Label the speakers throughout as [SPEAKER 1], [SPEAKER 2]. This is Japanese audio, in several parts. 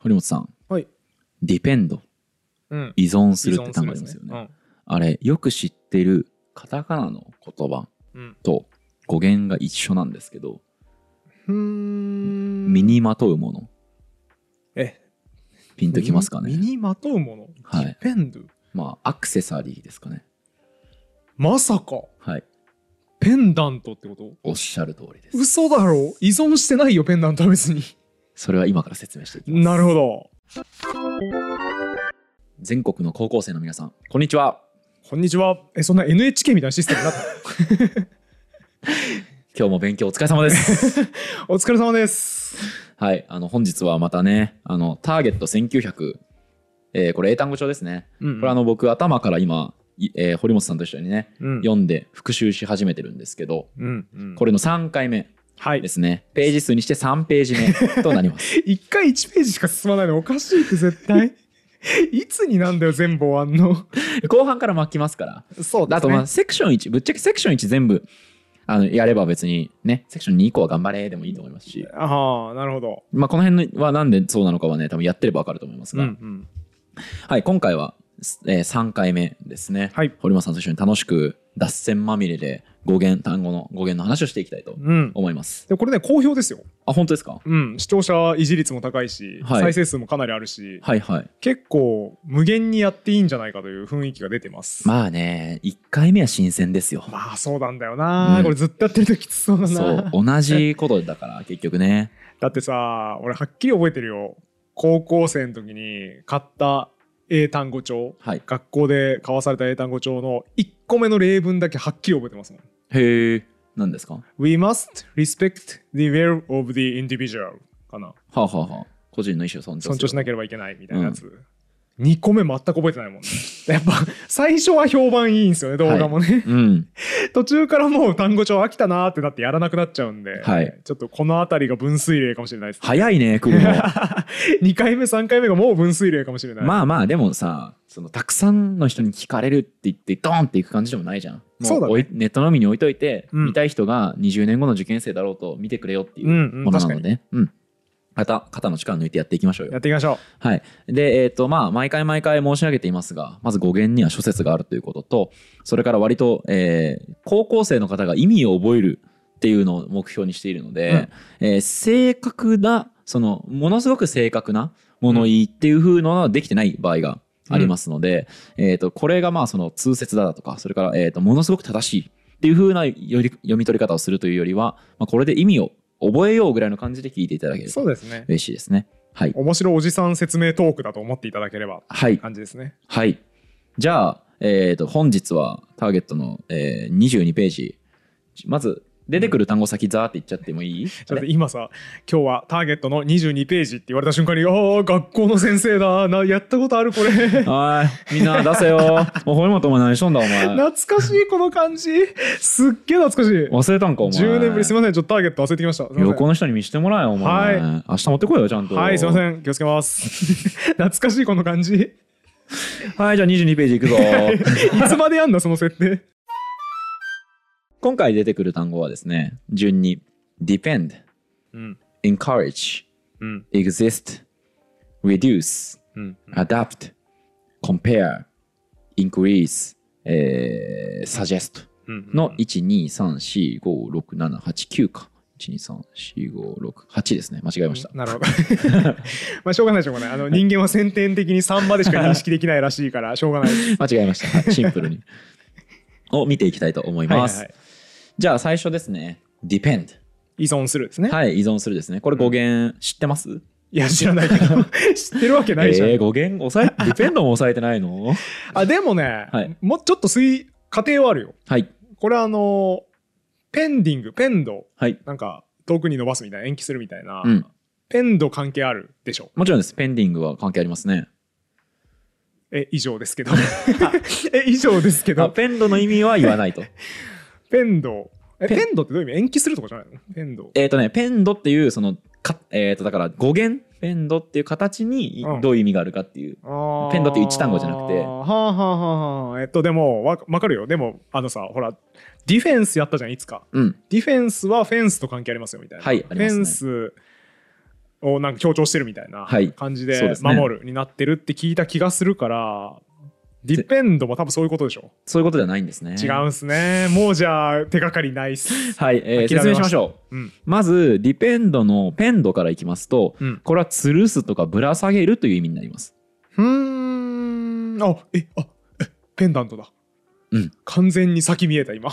[SPEAKER 1] 堀本さん、
[SPEAKER 2] はい
[SPEAKER 1] ディペンド
[SPEAKER 2] うん。
[SPEAKER 1] 依存す
[SPEAKER 2] 依
[SPEAKER 1] るって
[SPEAKER 2] 存
[SPEAKER 1] 単語あ
[SPEAKER 2] で
[SPEAKER 1] り
[SPEAKER 2] す
[SPEAKER 1] ますよね
[SPEAKER 2] ね。
[SPEAKER 1] あれよく知ってるカタカナの言葉
[SPEAKER 2] うん
[SPEAKER 1] と語源が一緒なんですけど、
[SPEAKER 2] うん。
[SPEAKER 1] 身にまとうもの
[SPEAKER 2] え、
[SPEAKER 1] ピンときますか
[SPEAKER 2] 身
[SPEAKER 1] ね
[SPEAKER 2] に身にまとうもの。
[SPEAKER 1] はい
[SPEAKER 2] ディペンド。
[SPEAKER 1] まあアクセサリーですかね
[SPEAKER 2] まさか、
[SPEAKER 1] はい
[SPEAKER 2] ペンダントってこと
[SPEAKER 1] おっしゃる通りです
[SPEAKER 2] 嘘だろ依存してないよ、ペンダント は別に。
[SPEAKER 1] それは今から説明していきます
[SPEAKER 2] なるほど。
[SPEAKER 1] 全国の高校生の皆さんこんにちは
[SPEAKER 2] こんにちは。え、そんな NHK みたいなシステムになった
[SPEAKER 1] 今日も勉強お疲れ様です
[SPEAKER 2] お疲れ様です。
[SPEAKER 1] はいあの本日はまたねあのターゲット1900、えーこれ英単語帳ですね
[SPEAKER 2] うん
[SPEAKER 1] これあの僕頭から今、いえー堀本さんと一緒にね
[SPEAKER 2] うん
[SPEAKER 1] 読んで復習し始めてるんですけど
[SPEAKER 2] うんうん
[SPEAKER 1] これの3回目
[SPEAKER 2] はい
[SPEAKER 1] で。すねページ数にして3ページ目となります
[SPEAKER 2] 一回一ページしか進まないのおかしいって絶対。 いつになんだよ、全部終わんの。
[SPEAKER 1] 後半から巻きますから
[SPEAKER 2] そう
[SPEAKER 1] あとまあセクション1ぶっちゃけセクション1全部あのやれば別にねセクション2以降は頑張れでもいいと思いますし、
[SPEAKER 2] ああ、なるほど。
[SPEAKER 1] まあ、この辺はなんでそうなのかはね多分やってれば分かると思いますが、
[SPEAKER 2] ん。
[SPEAKER 1] はい今回は、えー3回目ですね、
[SPEAKER 2] はい
[SPEAKER 1] 堀本さんと一緒に楽しく脱線まみれで語源単語の語源の話をしていきたいと
[SPEAKER 2] うん。
[SPEAKER 1] 思います、
[SPEAKER 2] でこれね、好評ですよ。
[SPEAKER 1] あ本当ですか
[SPEAKER 2] うん。視聴者維持率も高いし、
[SPEAKER 1] はい
[SPEAKER 2] 再生数もかなりあるし、
[SPEAKER 1] はいはい
[SPEAKER 2] 結構無限にやっていいんじゃないかという雰囲気が出てます。
[SPEAKER 1] まあね1回目は新鮮ですよ
[SPEAKER 2] まあそうなんだよな、
[SPEAKER 1] うん
[SPEAKER 2] これずっとやってるときつそうだ
[SPEAKER 1] そ
[SPEAKER 2] な
[SPEAKER 1] う同じことだから 結局ね
[SPEAKER 2] だってさ俺はっきり覚えてるよ高校生の時に買った英単語帳
[SPEAKER 1] はい
[SPEAKER 2] 学校で交わされた英単語帳の1個目の例文だけはっきり覚えてますもん
[SPEAKER 1] へえ何ですかは
[SPEAKER 2] We must respect the will of the individual かな
[SPEAKER 1] あはあはあ個人の意思を尊重する
[SPEAKER 2] 尊重しなければいけないみたいなやつ、2個目全く覚えてないもんね やっぱ最初は評判いいんですよね動画もね、
[SPEAKER 1] うん
[SPEAKER 2] 途中からもう単語帳飽きたなーってなってやらなくなっちゃうんで、
[SPEAKER 1] はい
[SPEAKER 2] ちょっとこの辺りが分水嶺かもしれないですね
[SPEAKER 1] 早いね来 るの
[SPEAKER 2] 2回目3回目がもう分水嶺かもしれない、
[SPEAKER 1] まあまあでもさそのたくさんの人に聞かれるって言ってドーンっていく感じでもないじゃんも
[SPEAKER 2] そうだね
[SPEAKER 1] おいネットのみに置いといて、
[SPEAKER 2] うん、
[SPEAKER 1] 見たい人が20年後の受験生だろうと見てくれよっていううん
[SPEAKER 2] う
[SPEAKER 1] も
[SPEAKER 2] ん、
[SPEAKER 1] のな
[SPEAKER 2] 確か
[SPEAKER 1] の
[SPEAKER 2] に
[SPEAKER 1] で、うん肩肩の力抜いてやっていきましょう
[SPEAKER 2] や
[SPEAKER 1] よ
[SPEAKER 2] っていきましょ
[SPEAKER 1] はいでえっ、とまあ毎回毎回申し上げていますがまず語源には諸説があるということとそれから割と、えー高校生の方が意味を覚えるっていうのを目標にしているので、えー正確なそのものすごく正確な物言いっていう風のはできてない場合がありますので、えー、とこれがまあその通説だだとかそれから、えー、とものすごく正しいっていう風なより読み取り方をするというよりは、まあ、これで意味を覚えようぐらいの感じで聞いていただけ
[SPEAKER 2] う
[SPEAKER 1] る
[SPEAKER 2] そ
[SPEAKER 1] と
[SPEAKER 2] うですね
[SPEAKER 1] 嬉しいですね。はい、
[SPEAKER 2] 面白おじさん説明トークだと思っていただければ
[SPEAKER 1] はい
[SPEAKER 2] 感じですね
[SPEAKER 1] はい。じゃあ、えー、と本日はターゲットの、えー、22ページ。まず、出てくる単語先、ザーって言っちゃってもいい
[SPEAKER 2] ちょっと今さ今日はターゲットの22ページって言われた瞬間に「ああ学校の先生だなやったことあるこれ懐
[SPEAKER 1] はーい、みんな出せ よ。もう、堀本お前何しとんだ、お前。
[SPEAKER 2] かしいこの感じすっげえ懐かしい
[SPEAKER 1] 忘れたんか、お前。
[SPEAKER 2] 10年ぶりすみませんちょっとターゲット忘れてきましたすいません
[SPEAKER 1] 横の人に見せてもらえよ、お前。
[SPEAKER 2] は
[SPEAKER 1] 明日持ってこいよ、ちゃんと。
[SPEAKER 2] はいすいま
[SPEAKER 1] ん。
[SPEAKER 2] せん気をつけます 懐かしいこの感じい
[SPEAKER 1] はい、じゃあ22ページいくぞ。
[SPEAKER 2] つまでやんだその設定
[SPEAKER 1] 今回出てくる単語はですね、順に、depend,
[SPEAKER 2] うん、
[SPEAKER 1] encourage,
[SPEAKER 2] うん、
[SPEAKER 1] exist, reduce,
[SPEAKER 2] うん、
[SPEAKER 1] adapt, compare, increase, えー suggest の123456789か。1234568ですね。間違えました。
[SPEAKER 2] なるほど。 まあしょうがないしょうがない。あの人間は先天的に3までしか認識できないらし いから、しょうがないです。
[SPEAKER 1] 間違えました。はい、シンプ ルに。を見ていきたいと思い
[SPEAKER 2] はいは
[SPEAKER 1] ま
[SPEAKER 2] い
[SPEAKER 1] す。
[SPEAKER 2] はい。
[SPEAKER 1] じゃあ最初ですね。depend。
[SPEAKER 2] 依存するですね。
[SPEAKER 1] はい、依存するですね。これ語源知ってます、
[SPEAKER 2] いや、知らないけ ど、知ってるわけないじゃん。
[SPEAKER 1] えー、語源抑 え、depend も抑えてないの
[SPEAKER 2] あ、でもね、
[SPEAKER 1] はい
[SPEAKER 2] もうちょっと推、過程はあるよ。
[SPEAKER 1] はい。
[SPEAKER 2] これあの、ペンディング、ペンド、
[SPEAKER 1] はい。
[SPEAKER 2] なんか遠くに伸ばすみたいな、延期するみたいな、
[SPEAKER 1] うん
[SPEAKER 2] ペンド関係あるでしょ。
[SPEAKER 1] もちろんです。ペンディングは関係ありますね。
[SPEAKER 2] え、以上ですけど。 え、以上ですけ
[SPEAKER 1] あ
[SPEAKER 2] ど、
[SPEAKER 1] ペンドの意味は言わないと。
[SPEAKER 2] ペンド、え、
[SPEAKER 1] ペン
[SPEAKER 2] ペンドってどういう意味延期するとかじゃないのペンド。
[SPEAKER 1] えっ、とね、ペンドっていう、その、かえっ、と、だから語源、ペンドっていう形にい
[SPEAKER 2] うん
[SPEAKER 1] どういう意味があるかっていう。ペ
[SPEAKER 2] ペ
[SPEAKER 1] ンドっていう一単語じゃなくて
[SPEAKER 2] はあはあはあはあえっとでもわわかるよでもあのさほらディフェンスやったじゃんいつか
[SPEAKER 1] うん。
[SPEAKER 2] ディフェンスはフェンスと関係ありますよみたいな、
[SPEAKER 1] はいありますね
[SPEAKER 2] フェンスをなんか強調してるみたいな
[SPEAKER 1] はい
[SPEAKER 2] 感じ
[SPEAKER 1] そう
[SPEAKER 2] で
[SPEAKER 1] で
[SPEAKER 2] 「
[SPEAKER 1] すね
[SPEAKER 2] 守る」になってるって聞いた気がするから。ディペンドも多分そういうことでしょ、
[SPEAKER 1] そういうことじゃないんですね。
[SPEAKER 2] 違うんすねもうじゃあ手がかりないっす、
[SPEAKER 1] はい、えー
[SPEAKER 2] 諦めました
[SPEAKER 1] 説明しましょう。
[SPEAKER 2] うん
[SPEAKER 1] まず、ディペンドのペンドからいきますと、
[SPEAKER 2] うん
[SPEAKER 1] これは吊るすとかぶら下げるという意味になり ます。
[SPEAKER 2] うーんあえあえペンダントだ、
[SPEAKER 1] うん
[SPEAKER 2] 完全に先見えた今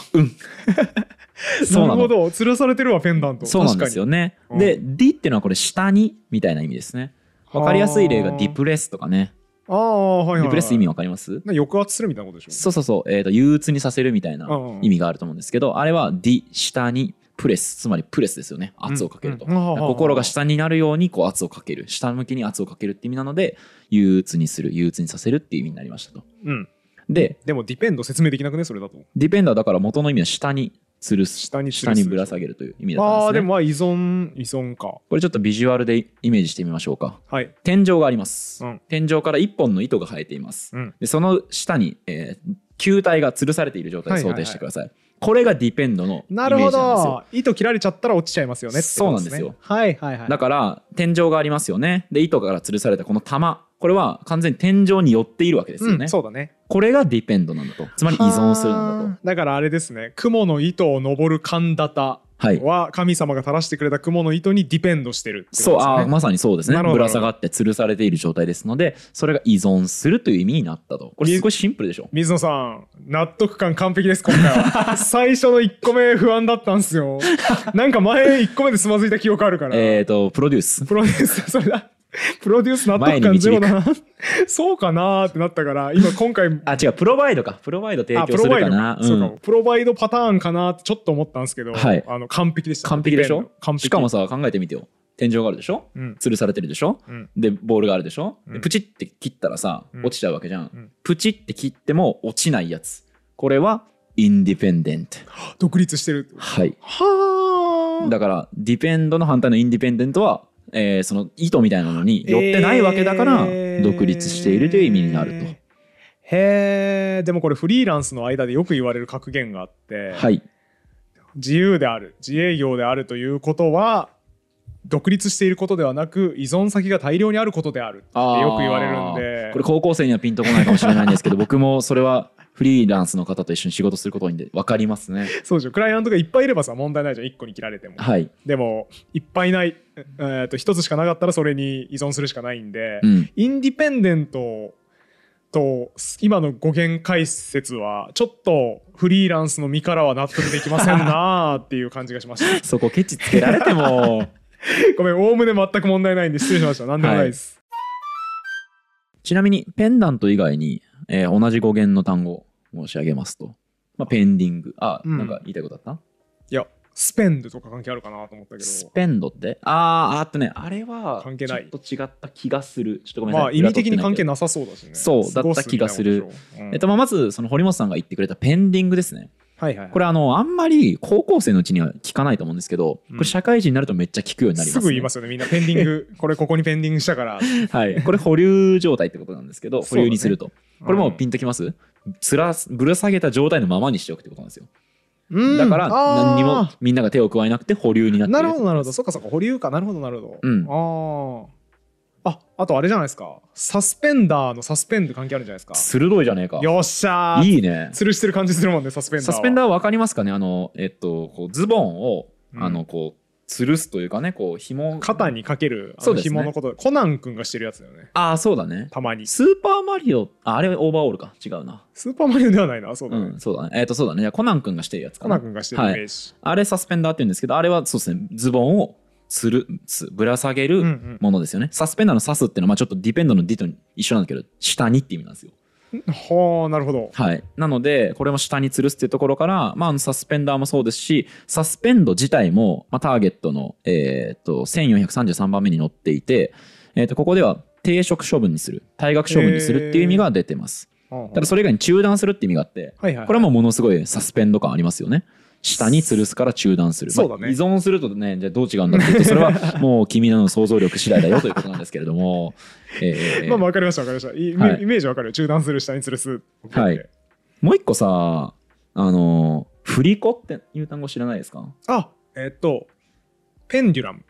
[SPEAKER 1] そうな
[SPEAKER 2] なる
[SPEAKER 1] の。
[SPEAKER 2] ほど吊るされてるわペンダント
[SPEAKER 1] そうなんですよね。
[SPEAKER 2] 確かに
[SPEAKER 1] で、ディっていうのはこれ下にみたいな意味ですね。
[SPEAKER 2] 確に
[SPEAKER 1] わかりやすい例が
[SPEAKER 2] はあ
[SPEAKER 1] ディプレスとかね。
[SPEAKER 2] ああはいはい、はい、
[SPEAKER 1] ディプレス意味わかります
[SPEAKER 2] なんか抑圧するみたいなことでしょ
[SPEAKER 1] そうそうそう、えーと、憂鬱にさせるみたいな
[SPEAKER 2] うんうん
[SPEAKER 1] 意味があると思うんですけど、あれはディ、下に、プレス、つまりプレスですよね。圧をかけると。
[SPEAKER 2] うんうんはあはあはあ
[SPEAKER 1] 心が下になるようにこう圧をかける。下向きに圧をかけるって意味なので、憂鬱にする、憂鬱にさせるっていう意味になりましたと。
[SPEAKER 2] うん
[SPEAKER 1] で、
[SPEAKER 2] でもディペンド説明できなくねそれだと
[SPEAKER 1] ディペンダーだから元の意味は下に吊るす
[SPEAKER 2] 下に吊るす
[SPEAKER 1] ぶら下げるという意味だ
[SPEAKER 2] あ
[SPEAKER 1] った
[SPEAKER 2] あ
[SPEAKER 1] んで
[SPEAKER 2] です
[SPEAKER 1] ね
[SPEAKER 2] もまあ依存依存か
[SPEAKER 1] これちょっとビジュアルでイメージしてみましょうか
[SPEAKER 2] はい
[SPEAKER 1] 天井があります、
[SPEAKER 2] うん
[SPEAKER 1] 天井から一本の糸が生えています、
[SPEAKER 2] うん
[SPEAKER 1] でその下に、えー球体が吊るされている状態を想定してください,、これがディペンドのイメ
[SPEAKER 2] なるほ
[SPEAKER 1] ージなんですよ
[SPEAKER 2] ど糸切られちゃったら落ちちゃいますよねってこ
[SPEAKER 1] そ
[SPEAKER 2] とね
[SPEAKER 1] うなんですよ
[SPEAKER 2] はいはいはい
[SPEAKER 1] だから天井がありますよねで糸から吊るされたこの玉これは完全に天井に寄っているわけですよね、
[SPEAKER 2] うん、そうだね
[SPEAKER 1] これがディペンドなんだとつまり依存するなんだ
[SPEAKER 2] は
[SPEAKER 1] と
[SPEAKER 2] あだからあれですね雲の糸を登る神田
[SPEAKER 1] はい
[SPEAKER 2] は神様が垂らしてくれた雲の糸にディペンドしてるってこ
[SPEAKER 1] そう
[SPEAKER 2] とですよ
[SPEAKER 1] あ
[SPEAKER 2] ね
[SPEAKER 1] ーまさにそうですね
[SPEAKER 2] なるほ
[SPEAKER 1] ぶ
[SPEAKER 2] ど
[SPEAKER 1] ら下がって吊るされている状態ですのでそれが依存するという意味になったとこれすごいシンプルでしょ
[SPEAKER 2] 水野さん納得感完璧です今回 は最初の1個目不安だったんすよなんか前1個目でつまずいた記憶あるから、
[SPEAKER 1] えっ、とプロデュース
[SPEAKER 2] プロデュースそ れだプロデュース納得
[SPEAKER 1] 前に
[SPEAKER 2] 感
[SPEAKER 1] 導く
[SPEAKER 2] ゼロだなそうかなーってなったから今今回
[SPEAKER 1] あ違うプロバイドかプロバイド提
[SPEAKER 2] あ
[SPEAKER 1] 供
[SPEAKER 2] プ
[SPEAKER 1] する
[SPEAKER 2] ロバイ
[SPEAKER 1] か
[SPEAKER 2] ド
[SPEAKER 1] な
[SPEAKER 2] か、
[SPEAKER 1] う
[SPEAKER 2] そうんかプロバイドパターンかなってちょっと思ったんですけど、
[SPEAKER 1] はい
[SPEAKER 2] あの完璧でした
[SPEAKER 1] 完璧でしょ
[SPEAKER 2] 完璧
[SPEAKER 1] しかもさ考えてみてよ天井があるでしょ
[SPEAKER 2] うん
[SPEAKER 1] 吊るされてるでしょ
[SPEAKER 2] うん
[SPEAKER 1] でボールがあるでしょ、で
[SPEAKER 2] うん
[SPEAKER 1] プチって切ったらさ
[SPEAKER 2] うん
[SPEAKER 1] 落ちちゃうわけじゃん、
[SPEAKER 2] うん
[SPEAKER 1] プチって切っても落ちないやつこれはインディペンデント
[SPEAKER 2] 独立してる
[SPEAKER 1] はい
[SPEAKER 2] はあ
[SPEAKER 1] だからディペンドの反対のインディペンデントは、えーその糸みたいなのに寄ってないわけだから
[SPEAKER 2] えー
[SPEAKER 1] 独立しているという意味になると、
[SPEAKER 2] へえでもこれフリーランスの間でよく言われる格言があって、
[SPEAKER 1] はい
[SPEAKER 2] 自由である自営業であるということは独立していることではなく依存先が大量にあることであるって
[SPEAKER 1] あー
[SPEAKER 2] よく言われるんで
[SPEAKER 1] これ高校生にはピンとこないかもしれないん ですけど僕もそれはフリーランスの方と一緒に仕事することにで分かりますね
[SPEAKER 2] そうでしょクライアントがいっぱいいればさ問題ないじゃん1個に切られても
[SPEAKER 1] はい、
[SPEAKER 2] でもいっぱいない、ええーと1つしかなかったらそれに依存するしかないんで、
[SPEAKER 1] うん、
[SPEAKER 2] インディペンデントと今の語源解説はちょっとフリーランスの身からは納得できませんなーっていう感じがしまし た
[SPEAKER 1] そこケチつけられても
[SPEAKER 2] ごめんおおむね全く問題ないんで失礼しました何でもないです、
[SPEAKER 1] ちなみにペンダント以外に、えー同じ語源の単語を申し上げますと、まあ、ペンディングあ、
[SPEAKER 2] うん
[SPEAKER 1] なんか言いたいことあった
[SPEAKER 2] い、やスペンドとか関係あるかなと思ったけ
[SPEAKER 1] ス
[SPEAKER 2] ど
[SPEAKER 1] ペンドってあーあーっとねあれは
[SPEAKER 2] 関係ない
[SPEAKER 1] ちょっと違った気がするちょっとごめんなさい
[SPEAKER 2] ま、あ意味的に関係
[SPEAKER 1] ない
[SPEAKER 2] なさそうだしね
[SPEAKER 1] そう
[SPEAKER 2] 過ごす
[SPEAKER 1] だった気がする
[SPEAKER 2] みたいなことでしょうん
[SPEAKER 1] えっとまあまずその堀本さんが言ってくれたペンディングですね
[SPEAKER 2] はいはいはい
[SPEAKER 1] これあのあんまり高校生のうちには聞かないと思うんですけど、
[SPEAKER 2] うん
[SPEAKER 1] これ社会人になるとめっちゃ聞くようになりますす、ね、
[SPEAKER 2] ぐ言いますよね みんなペンディングこれここにペンディングしたから
[SPEAKER 1] はい、これ保留状態ってことなんですけど
[SPEAKER 2] そ
[SPEAKER 1] 保
[SPEAKER 2] うだね
[SPEAKER 1] 留にすると、これもうピンときますつらすぶら下げた状態のままにしておくってことなんですよ
[SPEAKER 2] うん
[SPEAKER 1] だから
[SPEAKER 2] うんあー
[SPEAKER 1] 何にもみんなが手を加えなくて保留になってい
[SPEAKER 2] なるほどなるほどそっかそっか保留かなるほどなるほど、
[SPEAKER 1] うん
[SPEAKER 2] あーああとあれじゃないですかサスペンダーのサスペンド関係あるんじゃないですか
[SPEAKER 1] 鋭いじゃねえか
[SPEAKER 2] よっしゃー
[SPEAKER 1] いいね
[SPEAKER 2] 吊るしてる感じするもんねサスペンダーは
[SPEAKER 1] サスペンダーは分かりますかねあのえっとこうズボンを、
[SPEAKER 2] うん
[SPEAKER 1] あのこう吊るすというかねこう紐
[SPEAKER 2] 肩にかけるあ
[SPEAKER 1] そうで
[SPEAKER 2] の
[SPEAKER 1] すね
[SPEAKER 2] 紐のこと、コナン君がしてるやつだよね
[SPEAKER 1] ああそうだね
[SPEAKER 2] たまにス
[SPEAKER 1] スーパーマリオああれオーバーオールか違うな
[SPEAKER 2] ーパーマリオではないなそう
[SPEAKER 1] う
[SPEAKER 2] だね、
[SPEAKER 1] んそうだねえっとそうだねじゃあコナン君がしてるやつか
[SPEAKER 2] コ
[SPEAKER 1] な
[SPEAKER 2] ナン君がしてるイメージ、
[SPEAKER 1] あれサスペンダーって言うんですけどあれはそうですねズボンをつるつぶら下げる、
[SPEAKER 2] うんうん
[SPEAKER 1] ものですよね。サスペンダーのサスっていうのは、まあ、ちょっとディペンドのディと一緒なんだけど、下にって意味なんですよ。
[SPEAKER 2] ほうなるほど
[SPEAKER 1] はい。なので、これも下に吊るすっていうところから、まあ、あのサスペンダーもそうですし、サスペンド自体も、まあ、ターゲットの、えーっと、1433番目に載っていて、えーっと、ここでは、停職処分にする、退学処分にするっていう意味が出てます。
[SPEAKER 2] うんうん
[SPEAKER 1] ただ、それ以外に中断するって意味があって、
[SPEAKER 2] はいはい
[SPEAKER 1] これもものすごいサスペンド感ありますよね。下に吊るすから中断する。
[SPEAKER 2] そうだね
[SPEAKER 1] まあ依存するとね、じゃあどう違うんだって言う と、それはもう君の想像力次第だよということなんですけれど も。えー
[SPEAKER 2] まあまあわかりましたわかりましたイ,、
[SPEAKER 1] はい
[SPEAKER 2] イメージわかるよ中断する下に吊るす
[SPEAKER 1] はいもう一個さ、あのー、振り子っていう単語知らないですか
[SPEAKER 2] あえっとペンデュラム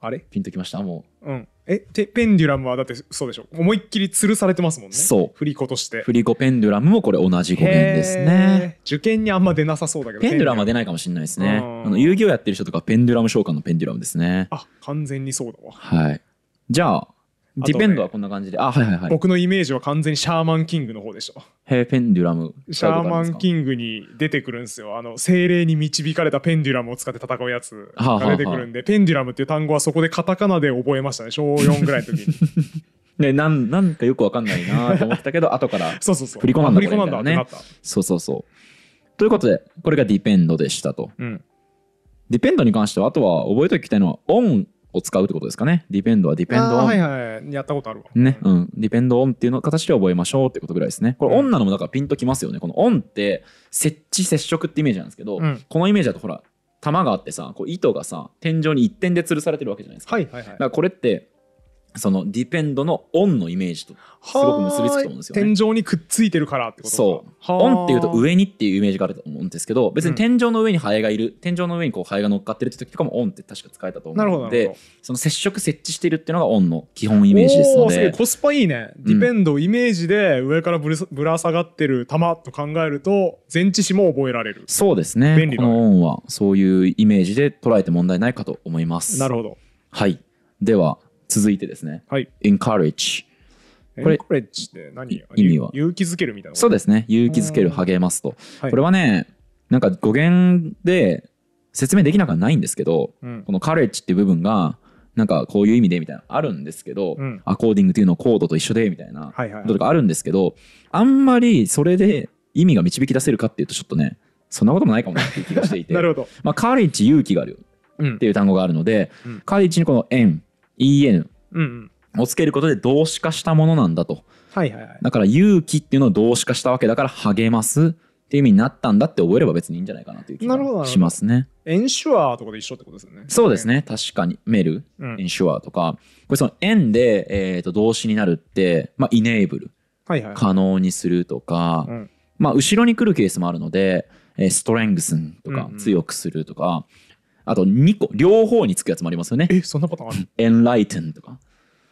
[SPEAKER 2] ああれ
[SPEAKER 1] ピンときましたも
[SPEAKER 2] うん。え、てペンデュラムはだってそうでしょ。思いっきり吊るされてますも
[SPEAKER 1] う、
[SPEAKER 2] んね。
[SPEAKER 1] そう
[SPEAKER 2] 振り子として
[SPEAKER 1] 振。り子ペンデュラムもこれ同じ語源ですね。
[SPEAKER 2] へー。受験にあんま出なさそうだけど。
[SPEAKER 1] ペンデュラムは
[SPEAKER 2] で
[SPEAKER 1] 出ないかもしれないですね
[SPEAKER 2] うん。
[SPEAKER 1] あの遊戯王やってる人とかペンデュラム召喚のペンデュラムですね。
[SPEAKER 2] あ、完全にそうだわ。
[SPEAKER 1] はい。じゃあ、
[SPEAKER 2] ね
[SPEAKER 1] ディペンドはこんな感じで、あ、はいはいはい。
[SPEAKER 2] 僕のイメージは完全にシャーマンキングの方でしょ。
[SPEAKER 1] へーペンデュラム。
[SPEAKER 2] シャーマン
[SPEAKER 1] ン
[SPEAKER 2] キングに出てくるんですよ。あの精霊に導かれたペンデュラムを使って戦うやつ
[SPEAKER 1] はあはあは
[SPEAKER 2] が
[SPEAKER 1] あ
[SPEAKER 2] 出てくるんで、ペンデュラムっていう単語はそこでカタカナで覚えましたね、小4ぐらいの 時に。
[SPEAKER 1] ね、なんなんかよくわかんないなと思ってたけど、 後から。
[SPEAKER 2] そうそうそう。
[SPEAKER 1] 振り子なんだ
[SPEAKER 2] あ振り子なんだ
[SPEAKER 1] こ
[SPEAKER 2] っ
[SPEAKER 1] れみた
[SPEAKER 2] てない
[SPEAKER 1] な
[SPEAKER 2] った。
[SPEAKER 1] そうそうそう。ということで、これがディペンドでしたと。
[SPEAKER 2] うん。
[SPEAKER 1] ディペンドに関しては、あとは覚えておきたいのは、オンを使うってことですかね。ディペンドはディペンドオ
[SPEAKER 2] あー
[SPEAKER 1] ン。
[SPEAKER 2] はいはい。やったことあるわ。
[SPEAKER 1] ね、うん、ディペンドオンっていうの形で覚えましょうってことぐらいですね。これ、
[SPEAKER 2] うん
[SPEAKER 1] オンなのもだからピンときますよね。このオンって、設置、接触ってイメージなんですけど、
[SPEAKER 2] うん
[SPEAKER 1] このイメージだとほら、玉があってさ、こう糸がさ、天井に一点で吊るされてるわけじゃないですか。
[SPEAKER 2] はいはいはい
[SPEAKER 1] だか。らこれって、そのディペンドのオンのイメージとすごく結びつくと思うんですよね。
[SPEAKER 2] 天井にくっついてるからってことか
[SPEAKER 1] そう。
[SPEAKER 2] はー
[SPEAKER 1] オンっていうと上にっていうイメージがあると思うんですけど、別に天井の上にハエがいる、天井の上にこうハエが乗っかってるって時とかもオンって確か使えたと思
[SPEAKER 2] なるほ
[SPEAKER 1] う
[SPEAKER 2] ど
[SPEAKER 1] の
[SPEAKER 2] なる
[SPEAKER 1] で
[SPEAKER 2] ほ、
[SPEAKER 1] その接触設置してるっていうのがオンの基本
[SPEAKER 2] ど
[SPEAKER 1] イメージですの
[SPEAKER 2] おーすげえ
[SPEAKER 1] で、
[SPEAKER 2] コスパいいねディペンドをイメージで上からぶらぶら下がってる球と考えると前置詞も覚えられる
[SPEAKER 1] そうですね。
[SPEAKER 2] 便利
[SPEAKER 1] こ
[SPEAKER 2] だね
[SPEAKER 1] のオンはそういうイメージで捉えて問題ないかと思います。
[SPEAKER 2] なる
[SPEAKER 1] ほど。
[SPEAKER 2] ほど
[SPEAKER 1] はい。では続いてですね、
[SPEAKER 2] はい
[SPEAKER 1] encourage。これ
[SPEAKER 2] エンコレッジって何
[SPEAKER 1] い意味は
[SPEAKER 2] 勇気づけるみたいな
[SPEAKER 1] そううですね。勇気づける、
[SPEAKER 2] うん
[SPEAKER 1] 励ますと。
[SPEAKER 2] はい
[SPEAKER 1] これはね、なんか語源で説明できなくはないんですけど、
[SPEAKER 2] うん
[SPEAKER 1] このカレッジっていう部分が、なんかこういう意味でみたいなのあるんですけど、
[SPEAKER 2] うん
[SPEAKER 1] アコーディングっていうのをコードと一緒でみたいな
[SPEAKER 2] はいはい
[SPEAKER 1] ことがあるんですけど、あんまりそれで意味が導き出せるかっていうとちょっとね、そんなこともないかもなっていう気がしていて。
[SPEAKER 2] なるほど
[SPEAKER 1] まあ、カレッジ勇気があるよ
[SPEAKER 2] うん
[SPEAKER 1] っていう単語があるので、
[SPEAKER 2] うん
[SPEAKER 1] カレッジにこの N、EN
[SPEAKER 2] うんうん
[SPEAKER 1] をつけることで動詞化したものなんだと。
[SPEAKER 2] はいはいはい
[SPEAKER 1] だから勇気っていうのを動詞化したわけだから励ますっていう意味になったんだって覚えれば別にいいんじゃないかなという気
[SPEAKER 2] なるほど
[SPEAKER 1] が
[SPEAKER 2] なるほど
[SPEAKER 1] しますね。
[SPEAKER 2] エンシュアーとかで一緒ってことですよね
[SPEAKER 1] そうですね。確かに。メール、
[SPEAKER 2] う
[SPEAKER 1] エ
[SPEAKER 2] ん
[SPEAKER 1] ンシュアとか、これその円で、えー、と動詞になるって、まあ、イネーブル、
[SPEAKER 2] はいはい
[SPEAKER 1] 可能にするとか、
[SPEAKER 2] うん
[SPEAKER 1] まあ、後ろに来るケースもあるので、えー、ストレングスンとか
[SPEAKER 2] う、んうん
[SPEAKER 1] 強くするとか、あと2個、両方につくやつもありますよね。
[SPEAKER 2] えそんなパターンある
[SPEAKER 1] エンライテンとか、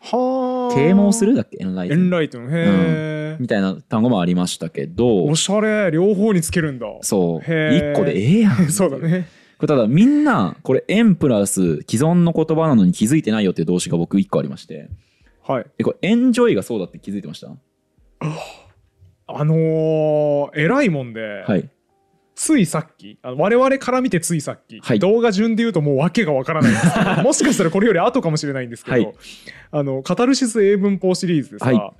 [SPEAKER 2] はあ
[SPEAKER 1] 啓蒙するだっけエンライテ
[SPEAKER 2] エン
[SPEAKER 1] ン。
[SPEAKER 2] ライトンへえ
[SPEAKER 1] みたいな単語もありましたけど
[SPEAKER 2] お、しゃれ両方につけるんだ
[SPEAKER 1] そう、
[SPEAKER 2] へー
[SPEAKER 1] 1個でええやんってい
[SPEAKER 2] そうだね
[SPEAKER 1] これただみんなこれ円プラス既存の言葉なのに気づいてないよっていう動詞が僕1個ありまして
[SPEAKER 2] はい
[SPEAKER 1] えこれエンジョイがそうだって気づいてました
[SPEAKER 2] あのー、偉いもんで、
[SPEAKER 1] はい
[SPEAKER 2] ついさっきあの我々から見てついさっき、
[SPEAKER 1] はい
[SPEAKER 2] 動画順で言うともう訳がわからないんですけどもしかしたらこれより後かもしれないんですけど、
[SPEAKER 1] はい
[SPEAKER 2] あのカタルシス英文法シリーズですが、
[SPEAKER 1] は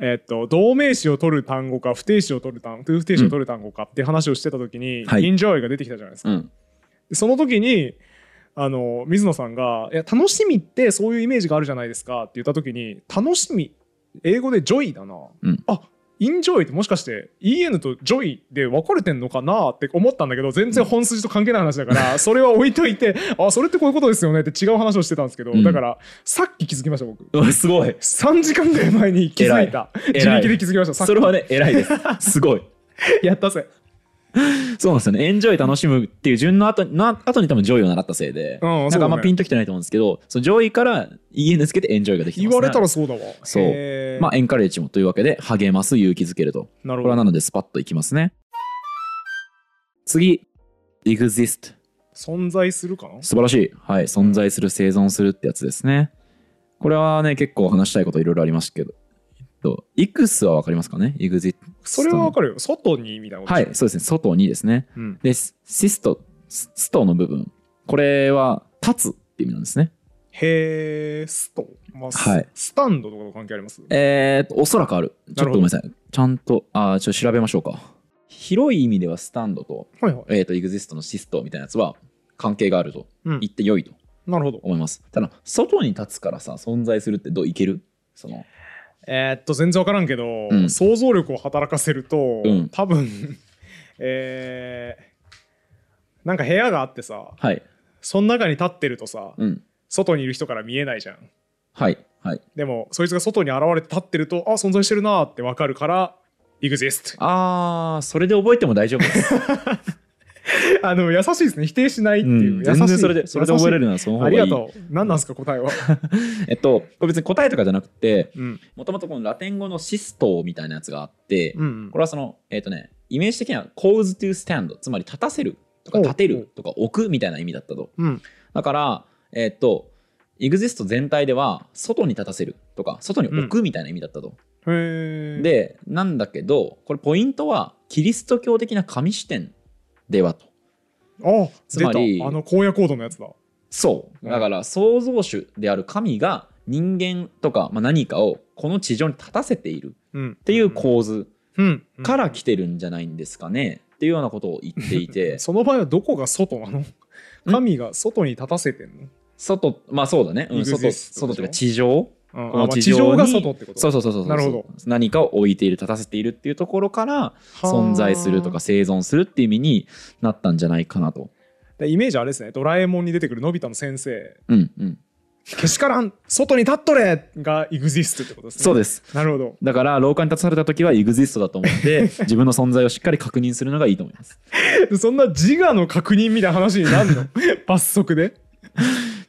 [SPEAKER 2] えっと同名詞を取る単語か不定詞を取る単語不定詞を取る単語かって話をしてた時に「
[SPEAKER 1] はい
[SPEAKER 2] enjoy」が出てきたじゃないですか。
[SPEAKER 1] うん
[SPEAKER 2] でその時にあの水野さんがいや「楽しみってそういうイメージがあるじゃないですか」って言った時に「楽しみ英語で「ジョイ」だな、
[SPEAKER 1] うん
[SPEAKER 2] あインジョイってもしかして EN とジョイで分かれてんのかなって思ったんだけど全然本筋と関係ない話だから、それは置いといてあそれってこういうことですよねって違う話をしてたんですけど、
[SPEAKER 1] うん
[SPEAKER 2] だからさっき気づきました僕
[SPEAKER 1] うわ すごい
[SPEAKER 2] 3時間ぐらい前に気づいた
[SPEAKER 1] 偉い
[SPEAKER 2] 自力で気づきましたさっき
[SPEAKER 1] それはね偉いですすごい
[SPEAKER 2] やったぜ
[SPEAKER 1] そうなんですよねエンジョイ楽しむっていう順の後の後に多分ジョイを習ったせいで、
[SPEAKER 2] うん
[SPEAKER 1] なん
[SPEAKER 2] そうだね
[SPEAKER 1] かあんまピンときてないと思うんですけどそのジョイから EN つけてエンジョイができて
[SPEAKER 2] 言
[SPEAKER 1] ます、ね、
[SPEAKER 2] われたらそうだわ
[SPEAKER 1] そう
[SPEAKER 2] へー
[SPEAKER 1] まあエンカレッジもというわけで励ます勇気づけると
[SPEAKER 2] なる
[SPEAKER 1] これ
[SPEAKER 2] ほ
[SPEAKER 1] は
[SPEAKER 2] ど
[SPEAKER 1] なのでスパッといきますね次 exist
[SPEAKER 2] 存在するかな
[SPEAKER 1] 素晴らしい、はい、存在する生存するってやつですねこれはね結構話したいこといろいろありましたけど、えっと、イクスは分かりますかねイグジット
[SPEAKER 2] それはわかるよ外にみたいなこと
[SPEAKER 1] はい
[SPEAKER 2] でしょ
[SPEAKER 1] そうですね外にですね
[SPEAKER 2] うん
[SPEAKER 1] でシシストスストの部分これは立つって意味なんですね
[SPEAKER 2] へースト、まあス
[SPEAKER 1] はい
[SPEAKER 2] スタンドとかと関係あります
[SPEAKER 1] えーっとおそらくあるちょっと
[SPEAKER 2] なるほど
[SPEAKER 1] ごめんなさいちゃんとあーちょっと調べましょうか広い意味ではスタンドと,、
[SPEAKER 2] はいはい、
[SPEAKER 1] えーっとエグジストのシストみたいなやつは関係があると
[SPEAKER 2] うん
[SPEAKER 1] 言って良いと
[SPEAKER 2] なるほど
[SPEAKER 1] 思います、ただ外に立つからさ存在するってどういけるその
[SPEAKER 2] えーっと全然分からんけど、
[SPEAKER 1] うん
[SPEAKER 2] 想像力を働かせると、
[SPEAKER 1] うん
[SPEAKER 2] 多分 えー、なんか部屋があってさ
[SPEAKER 1] はい
[SPEAKER 2] その中に立ってるとさ、
[SPEAKER 1] うん
[SPEAKER 2] 外にいる人から見えないじゃん
[SPEAKER 1] はいはい。
[SPEAKER 2] でもそいつが外に現れて立ってるとあ存在してるなーって分かるから exist
[SPEAKER 1] ああ、それで覚えても大丈夫です。
[SPEAKER 2] あの優しいですね否定しないってい
[SPEAKER 1] う
[SPEAKER 2] う、
[SPEAKER 1] ん
[SPEAKER 2] 優しい
[SPEAKER 1] 全然それでそれで覚えれるのはその方
[SPEAKER 2] 優しい
[SPEAKER 1] が
[SPEAKER 2] あ
[SPEAKER 1] いい
[SPEAKER 2] りがとう何なんすか答えは、
[SPEAKER 1] えっとこれ別に答えとかじゃなくて
[SPEAKER 2] うん
[SPEAKER 1] もともとこのラテン語のシストみたいなやつがあって、
[SPEAKER 2] うん
[SPEAKER 1] これはそのえっ、とねイメージ的には cause to stand つまり立たせるとか
[SPEAKER 2] おう
[SPEAKER 1] 立てるとか置くみたいな意味だったと
[SPEAKER 2] うん
[SPEAKER 1] だからえっ、と EXIST 全体では外に立たせるとか外に置くみたいな意味だったと、
[SPEAKER 2] へえ
[SPEAKER 1] でなんだけどこれポイントはキリスト教的な神視点ではと
[SPEAKER 2] あ
[SPEAKER 1] つまり
[SPEAKER 2] 出たあの荒野行動のやつだ
[SPEAKER 1] そう
[SPEAKER 2] うん
[SPEAKER 1] だから創造主である神が人間とか、まあ、何かをこの地上に立たせている
[SPEAKER 2] うん
[SPEAKER 1] っていう構図
[SPEAKER 2] うん
[SPEAKER 1] から来てるんじゃないんですかねっていうようなことを言ってい て
[SPEAKER 2] その場合はどこが外なの神が外に立たせてんの
[SPEAKER 1] 外まあそうだね、うん
[SPEAKER 2] Exist
[SPEAKER 1] 外
[SPEAKER 2] でしょ
[SPEAKER 1] 外というか地上
[SPEAKER 2] うん
[SPEAKER 1] この
[SPEAKER 2] あまあ
[SPEAKER 1] 地上に
[SPEAKER 2] が外ってこと
[SPEAKER 1] そうそうそうそうそう
[SPEAKER 2] なるほど
[SPEAKER 1] 何かを置いている立たせているっていうところから
[SPEAKER 2] はあ
[SPEAKER 1] 存在するとか生存するっていう意味になったんじゃないかなと。
[SPEAKER 2] でイメージあれですねドラえもんに出てくるのび太の先生
[SPEAKER 1] うんうん、
[SPEAKER 2] けしからん外に立っとれがエグジストってことですね
[SPEAKER 1] そうです
[SPEAKER 2] なるほど
[SPEAKER 1] だから廊下に立たされた時はエグジストだと思って 自分の存在をしっかり確認するのがいいと思います。
[SPEAKER 2] でそんな自我の確認みたいな話になる の罰則で、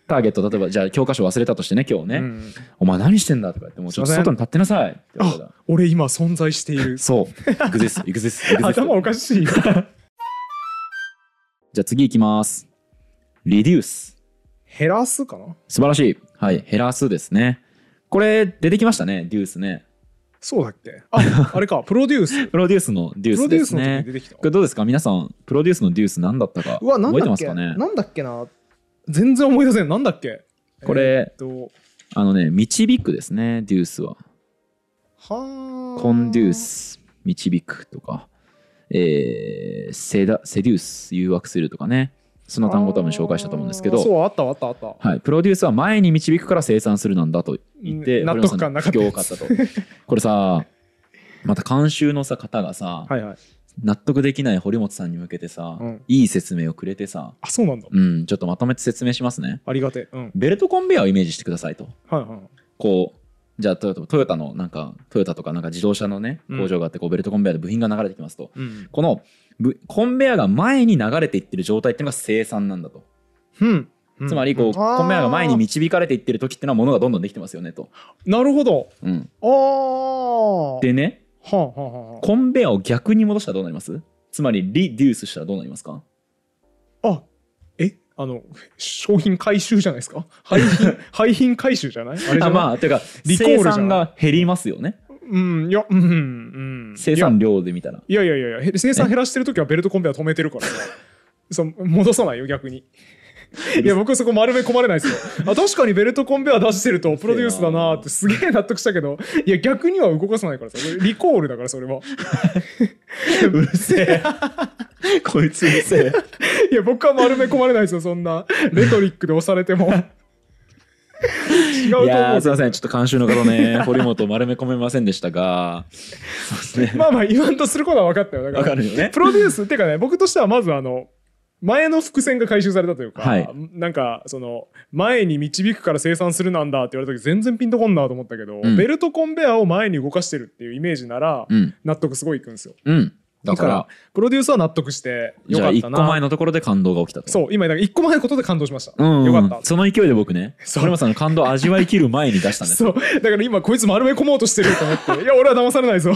[SPEAKER 1] ターゲット例えばじゃあ教科書忘れたとしてね今日ね、
[SPEAKER 2] うん
[SPEAKER 1] お前何してんだとか言ってもうちょっと
[SPEAKER 2] すいません
[SPEAKER 1] 外に立ってなさいって言われたら
[SPEAKER 2] あ俺今存在してい る
[SPEAKER 1] そうエグジストエグジストエグジスト
[SPEAKER 2] 頭おかしいよ
[SPEAKER 1] じゃあ次いきます。リデュース
[SPEAKER 2] 減らすかな
[SPEAKER 1] 素晴らしい。はい、減らすですね。これ出てきましたね、デュースね。
[SPEAKER 2] そうだっけああれかプロデュース
[SPEAKER 1] プロデュースのデュー
[SPEAKER 2] プ
[SPEAKER 1] ス
[SPEAKER 2] ロデュ
[SPEAKER 1] で
[SPEAKER 2] ース
[SPEAKER 1] す
[SPEAKER 2] の時に
[SPEAKER 1] ね。
[SPEAKER 2] 出てきた
[SPEAKER 1] これどうですか皆さん、プロデュースのデュース何だったか
[SPEAKER 2] うわなん
[SPEAKER 1] 覚えて
[SPEAKER 2] だ
[SPEAKER 1] ま
[SPEAKER 2] っ
[SPEAKER 1] す
[SPEAKER 2] け
[SPEAKER 1] かね
[SPEAKER 2] なんだっけな全然思い出せんなんだっけ
[SPEAKER 1] これ
[SPEAKER 2] えーっと
[SPEAKER 1] あのね、導くですね、デュースは。
[SPEAKER 2] はあ
[SPEAKER 1] コンデュース、導くとか、えー、セダセデュース、誘惑するとかね。その単語多分紹介したと思うんですけ
[SPEAKER 2] あー
[SPEAKER 1] ど、
[SPEAKER 2] そうあったあったあった
[SPEAKER 1] はい、プロデュースは前に導くから生産するなんだと言って、
[SPEAKER 2] 納得感なかった
[SPEAKER 1] 堀本さんの不評を買ったと。これさ、また監修のさ方がさ、
[SPEAKER 2] はいはい
[SPEAKER 1] 納得できない堀本さんに向けてさ、
[SPEAKER 2] うん
[SPEAKER 1] いい説明をくれてさ、
[SPEAKER 2] あそうなんだ
[SPEAKER 1] うん、ちょっとまとめて説明しますね
[SPEAKER 2] ありがてえうん
[SPEAKER 1] ベルトコンベヤーをイメージしてくださいと
[SPEAKER 2] はいはいはい
[SPEAKER 1] こうじゃあトヨタトヨタのなんかトヨタとかなんか自動車のね
[SPEAKER 2] うん
[SPEAKER 1] 工場があってこうベルトコンベヤーで部品が流れてきますと、
[SPEAKER 2] うん
[SPEAKER 1] このぶコンベヤーが前に流れていってる状態っていうのが生産なんだと、
[SPEAKER 2] うん
[SPEAKER 1] つまりこう、コンベヤーが前に導かれていってる時っていうのはものがどんどんできてますよねと、
[SPEAKER 2] なるほど
[SPEAKER 1] うん、
[SPEAKER 2] ああ
[SPEAKER 1] でね
[SPEAKER 2] はあはあは
[SPEAKER 1] コンベヤーを逆に戻したらどうなりますつまりリデュースしたらどうなりますか
[SPEAKER 2] ああえあの商品回収じゃないですか廃 品廃品回収じゃないあれじゃ
[SPEAKER 1] あ
[SPEAKER 2] ない
[SPEAKER 1] まあていうか
[SPEAKER 2] リコール
[SPEAKER 1] 生
[SPEAKER 2] じゃない
[SPEAKER 1] 産が減りますよね
[SPEAKER 2] うんいやうんうん
[SPEAKER 1] 生産量で見 たら
[SPEAKER 2] いやいやいやいやへ生産減らしてる時はベルトコンベヤー止めてる からさそう戻さないよ逆にいや僕そこ丸め込まれないですよあ確かにベルトコンベヤー出してるとプロデュースだなーってすげえ納得したけどいや逆には動かさないからさこれリコールだからそれは
[SPEAKER 1] うるせえこいつうるせえ
[SPEAKER 2] いや僕は丸め込まれないですよそんなレトリックで押されても 違うと
[SPEAKER 1] いや
[SPEAKER 2] 思
[SPEAKER 1] ー
[SPEAKER 2] う
[SPEAKER 1] すいませんちょっと監修の方ね堀本を丸め込めませんでしたがそうですね
[SPEAKER 2] まあまあ言 わんとすることは分かったよだ
[SPEAKER 1] わ
[SPEAKER 2] か
[SPEAKER 1] からるよね
[SPEAKER 2] プロデュースっていうかね僕としてはまずあの前の伏線が回収されたというか、
[SPEAKER 1] はい
[SPEAKER 2] なんかその前に導くから生産するなんだって言われた時全然ピンとこんなと思ったけど、
[SPEAKER 1] うん
[SPEAKER 2] ベルトコンベヤーを前に動かしてるっていうイメージなら
[SPEAKER 1] うん
[SPEAKER 2] 納得すごいいくんですよ
[SPEAKER 1] うんだから
[SPEAKER 2] プロデュースは納得してよ
[SPEAKER 1] じゃ
[SPEAKER 2] か
[SPEAKER 1] あ
[SPEAKER 2] っ
[SPEAKER 1] 一
[SPEAKER 2] た
[SPEAKER 1] 個
[SPEAKER 2] な
[SPEAKER 1] 前のところで感動が起きたと
[SPEAKER 2] そう今だから1個前のことで感動しました、
[SPEAKER 1] うん
[SPEAKER 2] よ
[SPEAKER 1] う
[SPEAKER 2] か
[SPEAKER 1] ん
[SPEAKER 2] った
[SPEAKER 1] その勢いで僕ね
[SPEAKER 2] そう
[SPEAKER 1] 堀本さんの感動を味わい切る前に出したんです
[SPEAKER 2] そうだから今こいつ丸め込もうとしてると思っていや俺は騙されないぞ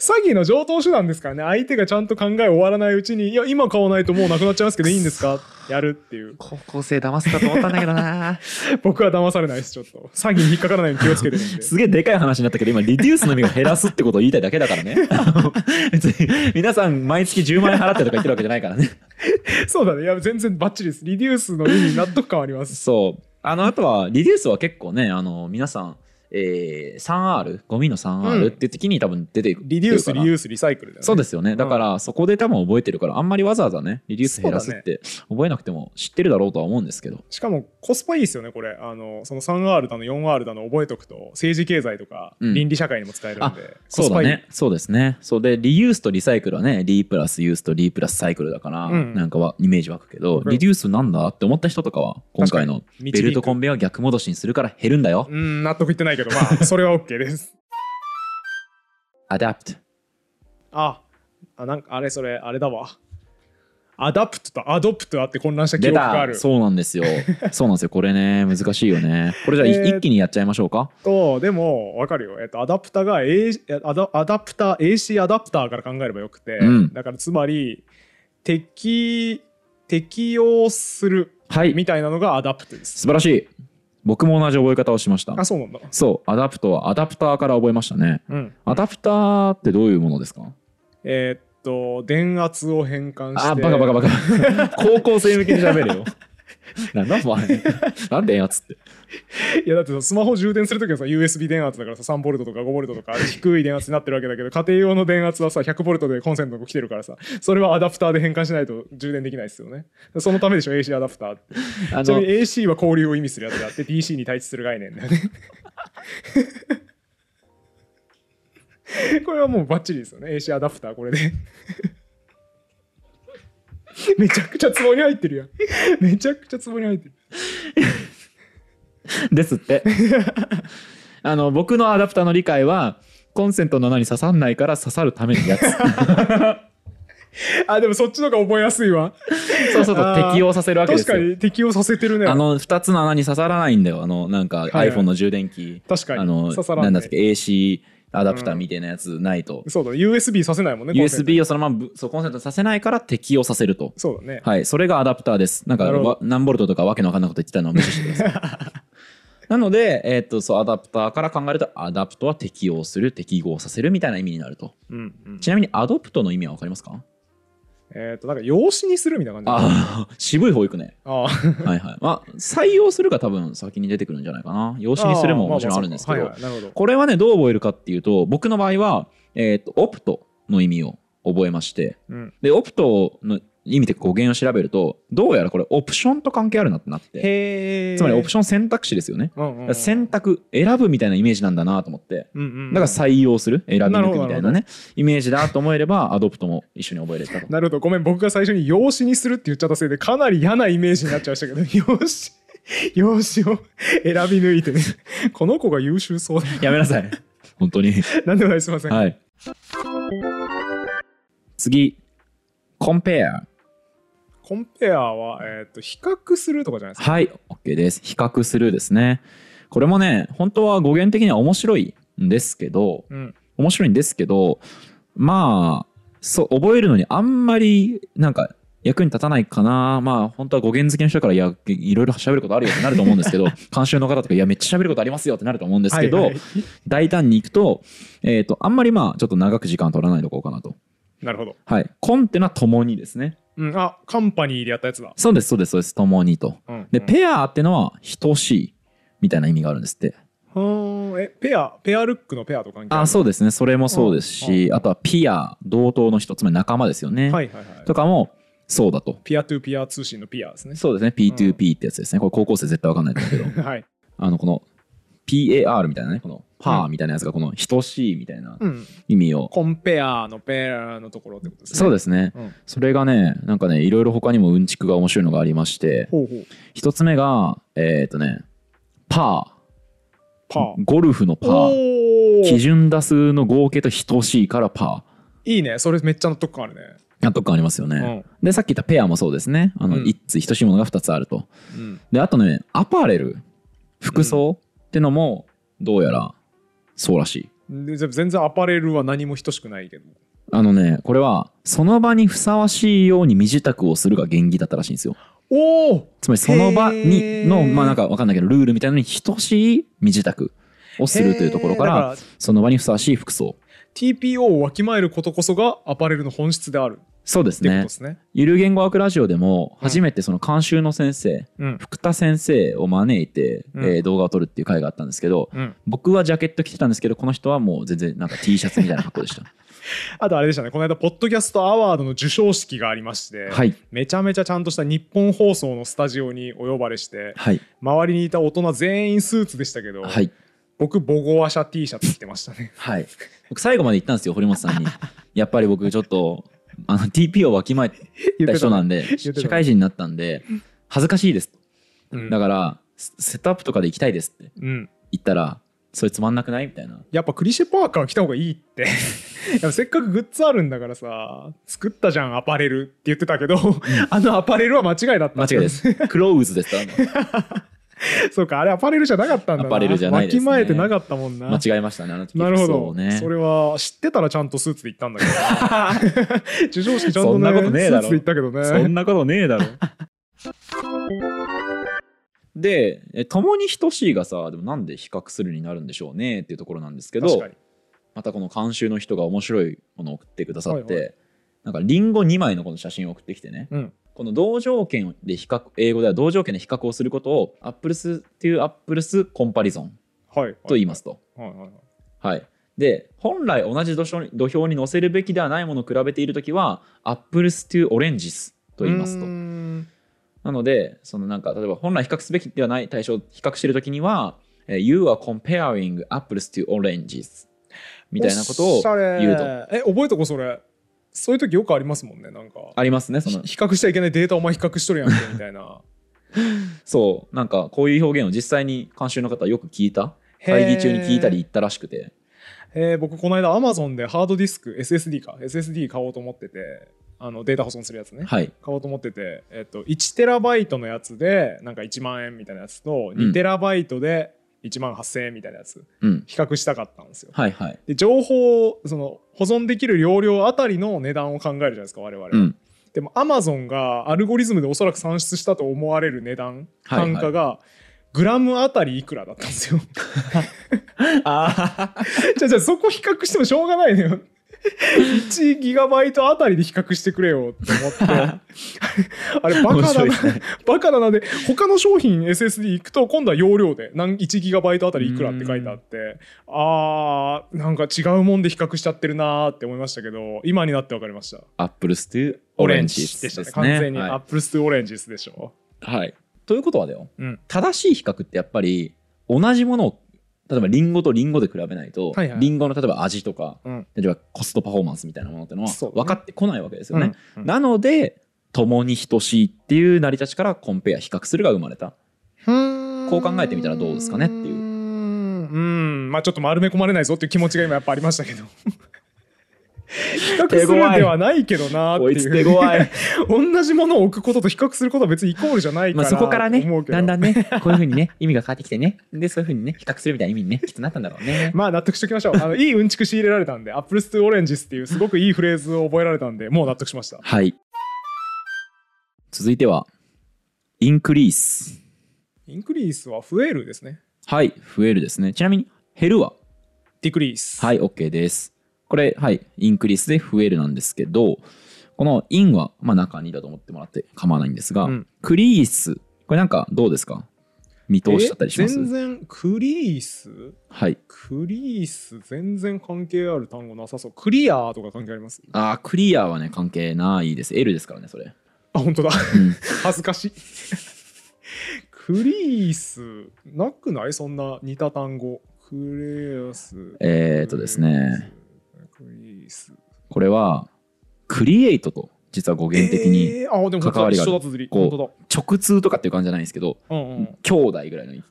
[SPEAKER 2] 詐欺の常套手段ですからね相手がちゃんと考え終わらないうちにいや今買わないともうなくなっちゃいますけどいいんですかやるっていう
[SPEAKER 1] 高校生騙せたと思ったんだけどな
[SPEAKER 2] 僕は騙されないですちょっと詐欺に引っかからないように気をつけてるん で。
[SPEAKER 1] すげえでかい話になったけど今リデュースの意味が減らすってことを言いたいだけだから ね あの別に皆さん毎月10万円払ってとか言ってるわけじゃないから ね
[SPEAKER 2] そうだね。いや、全然バッチリです。リデュースの意味に納得感あります。
[SPEAKER 1] そう。あの、あとは、リデュースは結構ね、あの、皆さん、えー、3R、ゴミの 3R って時に多分出ていく。
[SPEAKER 2] リデュース、リ
[SPEAKER 1] ー
[SPEAKER 2] ユース、リサイクルだよね。
[SPEAKER 1] そうですよね。
[SPEAKER 2] ん
[SPEAKER 1] だから、そこで多分覚えてるから、あんまりわざわざね、リデュース減らすって覚えなくても知ってるだろうとは思うんですけど。
[SPEAKER 2] しかもコスパいいですよね、これ。あの、その 3R だの 4R だの覚えとくと、政治経済とか
[SPEAKER 1] うん
[SPEAKER 2] 倫理社会にも使えるんで、コ
[SPEAKER 1] そう
[SPEAKER 2] ス
[SPEAKER 1] だ
[SPEAKER 2] パいい。
[SPEAKER 1] ね。そうですね。そうで、リユースとリサイクルはね、リプラスユースとリプラスサイクルだから、
[SPEAKER 2] うん
[SPEAKER 1] なんかはイメージ湧くけど、
[SPEAKER 2] うん
[SPEAKER 1] リデュースなんだって思った人とかは、今回の
[SPEAKER 2] 確かに
[SPEAKER 1] ベ
[SPEAKER 2] 導く
[SPEAKER 1] ルトコンベは逆戻しにするから減るんだよ。
[SPEAKER 2] うん、納得いってないけど、まあ、それは OK です。
[SPEAKER 1] アダプト。
[SPEAKER 2] あ、あ、なんか、あれそれ、あれだわ。アダプトとアドプトあって混乱した
[SPEAKER 1] 出
[SPEAKER 2] 記憶があ
[SPEAKER 1] た
[SPEAKER 2] る
[SPEAKER 1] そうなんです よそうなんですよこれね難しいよねこれじゃあ、い
[SPEAKER 2] えー
[SPEAKER 1] 一気にやっちゃいましょうか
[SPEAKER 2] とでも分かるよ、えっと、アダプターが、A、アダアダプター AC アダプターから考えればよくて、
[SPEAKER 1] うん
[SPEAKER 2] だからつまり適適用する
[SPEAKER 1] はい
[SPEAKER 2] みたいなのがアダプトです、
[SPEAKER 1] 素晴らしい僕も同じ覚え方をしました
[SPEAKER 2] あそうなんだ、
[SPEAKER 1] そうアダプトはアダプターから覚えましたね
[SPEAKER 2] うん
[SPEAKER 1] アダプターってどういうものですか
[SPEAKER 2] えっと電圧を変換して
[SPEAKER 1] あバカバカバカ 高校生向けに喋るよなんだお前なんでやつって
[SPEAKER 2] いやだってさスマホ充電するときはさ USB 電圧だからさ3ボルトとか5ボルトとか低い電圧になってるわけだけど家庭用の電圧はさ100ボルトでコンセントが来てるからさそれはアダプターで変換しないと充電できないですよねそのためでしょ AC アダプターって
[SPEAKER 1] あ
[SPEAKER 2] ちなみに
[SPEAKER 1] の
[SPEAKER 2] AC は交流を意味するやつであって DC に対立する概念だよね これはもうバッチリですよね AC アダプターこれでめちゃくちゃツボに入ってるやんめちゃくちゃツボに入ってる
[SPEAKER 1] ですって あの僕のアダプターの理解はコンセントの穴に刺さんないから刺さるために やつ
[SPEAKER 2] あでもそっちの方が覚えやすいわ
[SPEAKER 1] そうそうそう
[SPEAKER 2] あー
[SPEAKER 1] 適用させるわけで
[SPEAKER 2] 確
[SPEAKER 1] す
[SPEAKER 2] か
[SPEAKER 1] よ
[SPEAKER 2] に適用させてるね
[SPEAKER 1] あの2つの穴に刺さらないんだよあのなんか
[SPEAKER 2] はい
[SPEAKER 1] iPhone の充電器
[SPEAKER 2] 確かに
[SPEAKER 1] あの
[SPEAKER 2] 刺さらんね
[SPEAKER 1] なんだっけ AC アダプターみたいなやつないと、
[SPEAKER 2] そうだ USB させないもんねコンセント
[SPEAKER 1] USB をそのままぶそうコンセントにさせないから適用させると
[SPEAKER 2] そうだね
[SPEAKER 1] はいそれがアダプターですなんか
[SPEAKER 2] なるほど
[SPEAKER 1] わ何ボルトとかわけのわかんないこと言ってたのを無視してください なので、えーっとそうアダプターから考えるとアダプトは適用する適合させるみたいな意味になると
[SPEAKER 2] うんうん
[SPEAKER 1] ちなみにアドプトの意味はわかりますか
[SPEAKER 2] えっとなんか用紙にするみたいな感じ
[SPEAKER 1] ああ 渋い保育ね
[SPEAKER 2] あ
[SPEAKER 1] は
[SPEAKER 2] あ
[SPEAKER 1] いはいまあ採用するが多分先に出てくるんじゃないかな用紙にするももちろんあるんですけ
[SPEAKER 2] ま
[SPEAKER 1] ど
[SPEAKER 2] あまあそうかはいはいなるほ
[SPEAKER 1] これはねどう覚えるかっていうと僕の場合は、えー、とオプトの意味を覚えまして
[SPEAKER 2] どうん
[SPEAKER 1] でオプトの意味で語源を調べるとどうやらこれオプションと関係あるなってなって
[SPEAKER 2] へえ
[SPEAKER 1] つまりオプ
[SPEAKER 2] シ
[SPEAKER 1] ション選択肢ですよね、
[SPEAKER 2] ョン、うんうんうん、
[SPEAKER 1] 選択選ぶみたいなイメージなんだなと思って
[SPEAKER 2] うんうんうん
[SPEAKER 1] だから採用する選び
[SPEAKER 2] なる
[SPEAKER 1] 抜
[SPEAKER 2] ほ
[SPEAKER 1] く
[SPEAKER 2] ど
[SPEAKER 1] みたいなねイメージだと思えればアドプトも一緒に覚えれたと
[SPEAKER 2] なるほどごめん僕が最初に用紙にするって言っちゃったせいでかなり嫌なイメージになっちゃいましたけど用 紙用紙を選び抜いてね この子が優秀そうだ
[SPEAKER 1] やめなさい本当に
[SPEAKER 2] なんでもないすいません、
[SPEAKER 1] はい次コンペア
[SPEAKER 2] コンペアは、えっと比較するとかじゃないですか
[SPEAKER 1] はい、OK です。比較するですね。これもね、本当は語源的には面白いんですけど、
[SPEAKER 2] うん
[SPEAKER 1] 面白いんですけど、まあ、そう、覚えるのにあんまり、なんか、役に立たないかな。まあ、本当は語源好きの人から、いや、いろいろ喋ることあるよってなると思うんですけ ど、監修の方とか、いや、めっちゃ喋ることありますよってなると思うんですけど、
[SPEAKER 2] はいはい
[SPEAKER 1] 大胆に行くと、えっ、と、あんまりまあ、ちょっと長く時間取らないとこうかなと。
[SPEAKER 2] なるほど、
[SPEAKER 1] はい。コンってのは共にですね。
[SPEAKER 2] うん、あカンパニーでやったやつだ、
[SPEAKER 1] そうです、そうです、そうです。共にと。
[SPEAKER 2] うん
[SPEAKER 1] で、
[SPEAKER 2] うん
[SPEAKER 1] ペアってのは等しいみたいな意味があるんですって。
[SPEAKER 2] はーんえペアペアルックのペアと関係
[SPEAKER 1] あ、
[SPEAKER 2] う
[SPEAKER 1] そうですね。それもそうです
[SPEAKER 2] うんう
[SPEAKER 1] し、あとはピア、同等の人、つまり仲間ですよね。
[SPEAKER 2] はいはいはい
[SPEAKER 1] とかも、そうだと。
[SPEAKER 2] ピアトゥピア通信のピアですね
[SPEAKER 1] そうですね。P2P ってやつですね。これ高校生絶対わかんないんだけど、
[SPEAKER 2] はい、
[SPEAKER 1] あの、この PAR みたいなね、このパーみたいなやつが、この等しいみたいな
[SPEAKER 2] うん、
[SPEAKER 1] 意味を。
[SPEAKER 2] コンペアのペアのところってことですね
[SPEAKER 1] そう
[SPEAKER 2] で
[SPEAKER 1] ですね。
[SPEAKER 2] す、うん、
[SPEAKER 1] それがね、なんかね、いろいろ他にもうんちくが面白いのがありまして、
[SPEAKER 2] ほうほう
[SPEAKER 1] 一つ目が、えっ、とね、パ
[SPEAKER 2] パー
[SPEAKER 1] ー、ゴルフのパー。
[SPEAKER 2] おー
[SPEAKER 1] 基準打数の合計と等しいからパ
[SPEAKER 2] いいねそれめっちゃ納得感あるね
[SPEAKER 1] ー納得感ありますよね、でさっき言ったペアもそうですねあの、
[SPEAKER 2] うん
[SPEAKER 1] 一つ等しいものが2つあると
[SPEAKER 2] うんうん
[SPEAKER 1] であとねアパレル服装ってのもどうやらそうらしい
[SPEAKER 2] でじゃあ全然アパレルは何も等しくないけど
[SPEAKER 1] あのねこれはその場にふさわしいように身支度をするが原義だったらしいんですよ
[SPEAKER 2] おお
[SPEAKER 1] つまりその場
[SPEAKER 2] へ
[SPEAKER 1] に
[SPEAKER 2] ー
[SPEAKER 1] のまあなんかわかんないけどルールみたいなのに等しい身支度をするというところからその場にふさわしい服装
[SPEAKER 2] TPO をわきまえることこそがアパレルの本質である
[SPEAKER 1] そうです
[SPEAKER 2] ってこと
[SPEAKER 1] ね
[SPEAKER 2] ですね
[SPEAKER 1] ゆる言語学ラジオでも
[SPEAKER 2] うん
[SPEAKER 1] 初めてその監修の先生、
[SPEAKER 2] うん
[SPEAKER 1] 福田先生を招いて、
[SPEAKER 2] うん
[SPEAKER 1] えー動画を撮るっていう回があったんですけど
[SPEAKER 2] うん、
[SPEAKER 1] 僕はジャケット着てたんですけどこの人はもう全然なんか T シャツみたいな格好でした
[SPEAKER 2] あとあれでしたねこの間ポッドキャストアワードの授賞式がありまして、
[SPEAKER 1] はい
[SPEAKER 2] めちゃめちゃちゃんとした日本放送のスタジオにお呼ばれして
[SPEAKER 1] はい
[SPEAKER 2] 周りにいた大人全員スーツでしたけど、
[SPEAKER 1] はい
[SPEAKER 2] 僕母語話者 T シャツ着てました ね
[SPEAKER 1] はい僕最後まで言ったんですよ堀本さん にやっぱり僕ちょっとあの TP をわきまえ
[SPEAKER 2] 言って
[SPEAKER 1] た
[SPEAKER 2] た
[SPEAKER 1] 人なんで、
[SPEAKER 2] 言ってた
[SPEAKER 1] 社会人になったんで恥ずかしいです
[SPEAKER 2] うん
[SPEAKER 1] だからセセットアップとかで行きたいですって
[SPEAKER 2] うん
[SPEAKER 1] 言ったらそれつまんなくないみたいな
[SPEAKER 2] やっぱクリシェパーカー着た方がいいって やっぱせっかくグッズあるんだからさ作ったじゃんアパレルって言ってたけど、 あのアパレルは間違いだった
[SPEAKER 1] 間違いですクローズですからね
[SPEAKER 2] そうかあれアパレルじゃなかったんだな
[SPEAKER 1] アパレルじゃないですね
[SPEAKER 2] わきまえてなかったもんな
[SPEAKER 1] 間違えましたねあの時
[SPEAKER 2] なるほ
[SPEAKER 1] そう
[SPEAKER 2] ど、
[SPEAKER 1] ね
[SPEAKER 2] それは知ってたらちゃんとスーツで行ったん だけどな授賞式ちゃんと
[SPEAKER 1] そん
[SPEAKER 2] ね
[SPEAKER 1] なことねえだろ
[SPEAKER 2] スーツで行ったけどね
[SPEAKER 1] そんなことねえ だろでえ共に等しいがさでもなんで比較するになるんでしょうねっていうところなんですけ
[SPEAKER 2] 確
[SPEAKER 1] ど
[SPEAKER 2] かに
[SPEAKER 1] またこの監修の人が面白いものを送ってくださって、
[SPEAKER 2] はい
[SPEAKER 1] なんかリンゴ2枚のこの写真を送ってきてね、
[SPEAKER 2] うん
[SPEAKER 1] この同条件で比較英語では同条件で比較をすることをアップルスというアップルスコンパリゾン
[SPEAKER 2] はい
[SPEAKER 1] と言いますと。
[SPEAKER 2] はいはいはい
[SPEAKER 1] はい、で本来同じ土俵に土俵に載せるべきではないものを比べているときはアップルスとオレンジスと言いますと
[SPEAKER 2] うー。ん
[SPEAKER 1] なのでそのなんか例えば本来比較すべきではない対象を比較しているときには「えー You are comparing apples to oranges」みたいなこと
[SPEAKER 2] お
[SPEAKER 1] を
[SPEAKER 2] っしゃれ
[SPEAKER 1] 言うと
[SPEAKER 2] え覚えとこそれそういう時よくありますもんねなんか
[SPEAKER 1] ありますねそ
[SPEAKER 2] ひ
[SPEAKER 1] の
[SPEAKER 2] 比較しちゃいけないデータお前比較しとるやんけみた いな
[SPEAKER 1] そうなんかこういう表現を実際に監修の方はよく聞いた会議中に聞いたり言ったらしくて
[SPEAKER 2] えー僕この間アマゾンでハードディスク SSD か SSD 買おうと思っててあのデータ保存するやつね
[SPEAKER 1] はい
[SPEAKER 2] 買おうと思ってて、えっと、1テラバイトのやつでなんか1万円みたいなやつと
[SPEAKER 1] ん
[SPEAKER 2] 2テラバイトで1万8000円みたいなやつ
[SPEAKER 1] うん
[SPEAKER 2] 比較したかったんですよ
[SPEAKER 1] はいはい
[SPEAKER 2] で情報をその保存できる容量あたりの値段を考えるじゃないですか我々は、
[SPEAKER 1] うん
[SPEAKER 2] でもアマゾンがアルゴリズムでおそらく算出したと思われる値段
[SPEAKER 1] はいはい
[SPEAKER 2] 単価がグラムあたりいくらだったんですよ
[SPEAKER 1] あ あ
[SPEAKER 2] じゃあじゃあそこ比較してもしょうがないのよ1ギガバイトあたりで比較してくれよって思ってあれバカだな、バカだなで他の商品 SSD 行くと今度は容量で何1ギガバイトあたりいくらって書いてあってあーなんか違うもんで比較しちゃってるなーって思いましたけど今になって分かりました
[SPEAKER 1] アップルスとオ
[SPEAKER 2] オ
[SPEAKER 1] レ
[SPEAKER 2] レ
[SPEAKER 1] ン
[SPEAKER 2] ン
[SPEAKER 1] ジ
[SPEAKER 2] ジ
[SPEAKER 1] スで
[SPEAKER 2] でしたね
[SPEAKER 1] す
[SPEAKER 2] 完
[SPEAKER 1] ね
[SPEAKER 2] 全にアッ
[SPEAKER 1] は
[SPEAKER 2] プルスとオレンジスでしょ、
[SPEAKER 1] い、はいということはだよ
[SPEAKER 2] うん
[SPEAKER 1] 正しい比較ってやっぱり同じものを例えばリンゴとリンゴで比べないと、
[SPEAKER 2] はいはい
[SPEAKER 1] リンゴの例えば味とか、
[SPEAKER 2] うん
[SPEAKER 1] 例えばコストパフォーマンスみたいなものってのは
[SPEAKER 2] そうね
[SPEAKER 1] 分かってこないわけですよね。
[SPEAKER 2] うん
[SPEAKER 1] なので共に等しいっていう成り立ちからコンペア比較するが生まれた。こ
[SPEAKER 2] こ
[SPEAKER 1] う考えてみたらどうですかねっていう
[SPEAKER 2] うんまあちょっと丸め込まれないぞっていう気持ちが今やっぱありました けど比較
[SPEAKER 1] 手
[SPEAKER 2] する
[SPEAKER 1] 強い
[SPEAKER 2] ではないけどなって
[SPEAKER 1] こい
[SPEAKER 2] い
[SPEAKER 1] つ
[SPEAKER 2] う
[SPEAKER 1] 手強い
[SPEAKER 2] 同じものを置くことと比較することは別にイコールじゃないか
[SPEAKER 1] まあ
[SPEAKER 2] な
[SPEAKER 1] そこから
[SPEAKER 2] と思
[SPEAKER 1] ね
[SPEAKER 2] うけど
[SPEAKER 1] だんだんねこういうふうにね 意味が変わってきてねでそういうふうにね比較するみたいな意味にねきっとなったんだろうね。
[SPEAKER 2] まあ納得しておきましょうあのいいうんちく仕入れられたんでアップルスとオレンジスっていうすごくいいフレーズを覚えられたんでもう納得しました
[SPEAKER 1] はい続いてはインクリース
[SPEAKER 2] インクリースは増えるですね
[SPEAKER 1] はい増えるですねちなみに減るは
[SPEAKER 2] ディクリース
[SPEAKER 1] はい、OK です。これ、はい、インクリースで増えるなんですけど、このインは、まあ、中にだと思ってもらって構わないんですが、
[SPEAKER 2] うん
[SPEAKER 1] クリース、これなんかどうですか見通しちゃったりしま
[SPEAKER 2] え
[SPEAKER 1] す
[SPEAKER 2] 全然クリース
[SPEAKER 1] はい。
[SPEAKER 2] クリース全然関係ある単語なさそうクリアーとか関係あります
[SPEAKER 1] あークリアはね、関係ないです。L ですからね、それ。
[SPEAKER 2] あ本当だ
[SPEAKER 1] うん
[SPEAKER 2] 恥ずかしいクリースなくないそんな似た単語クレアス
[SPEAKER 1] えーっとですね、
[SPEAKER 2] クリース
[SPEAKER 1] これは、クリエイトと、実は語源的に、
[SPEAKER 2] えーあでも
[SPEAKER 1] 関わりがある
[SPEAKER 2] 一緒だ綴り
[SPEAKER 1] こう
[SPEAKER 2] 本当
[SPEAKER 1] 直通とかっていう感じじゃないんですけど、
[SPEAKER 2] だ、うんうん、
[SPEAKER 1] 兄弟ぐらいの感じ。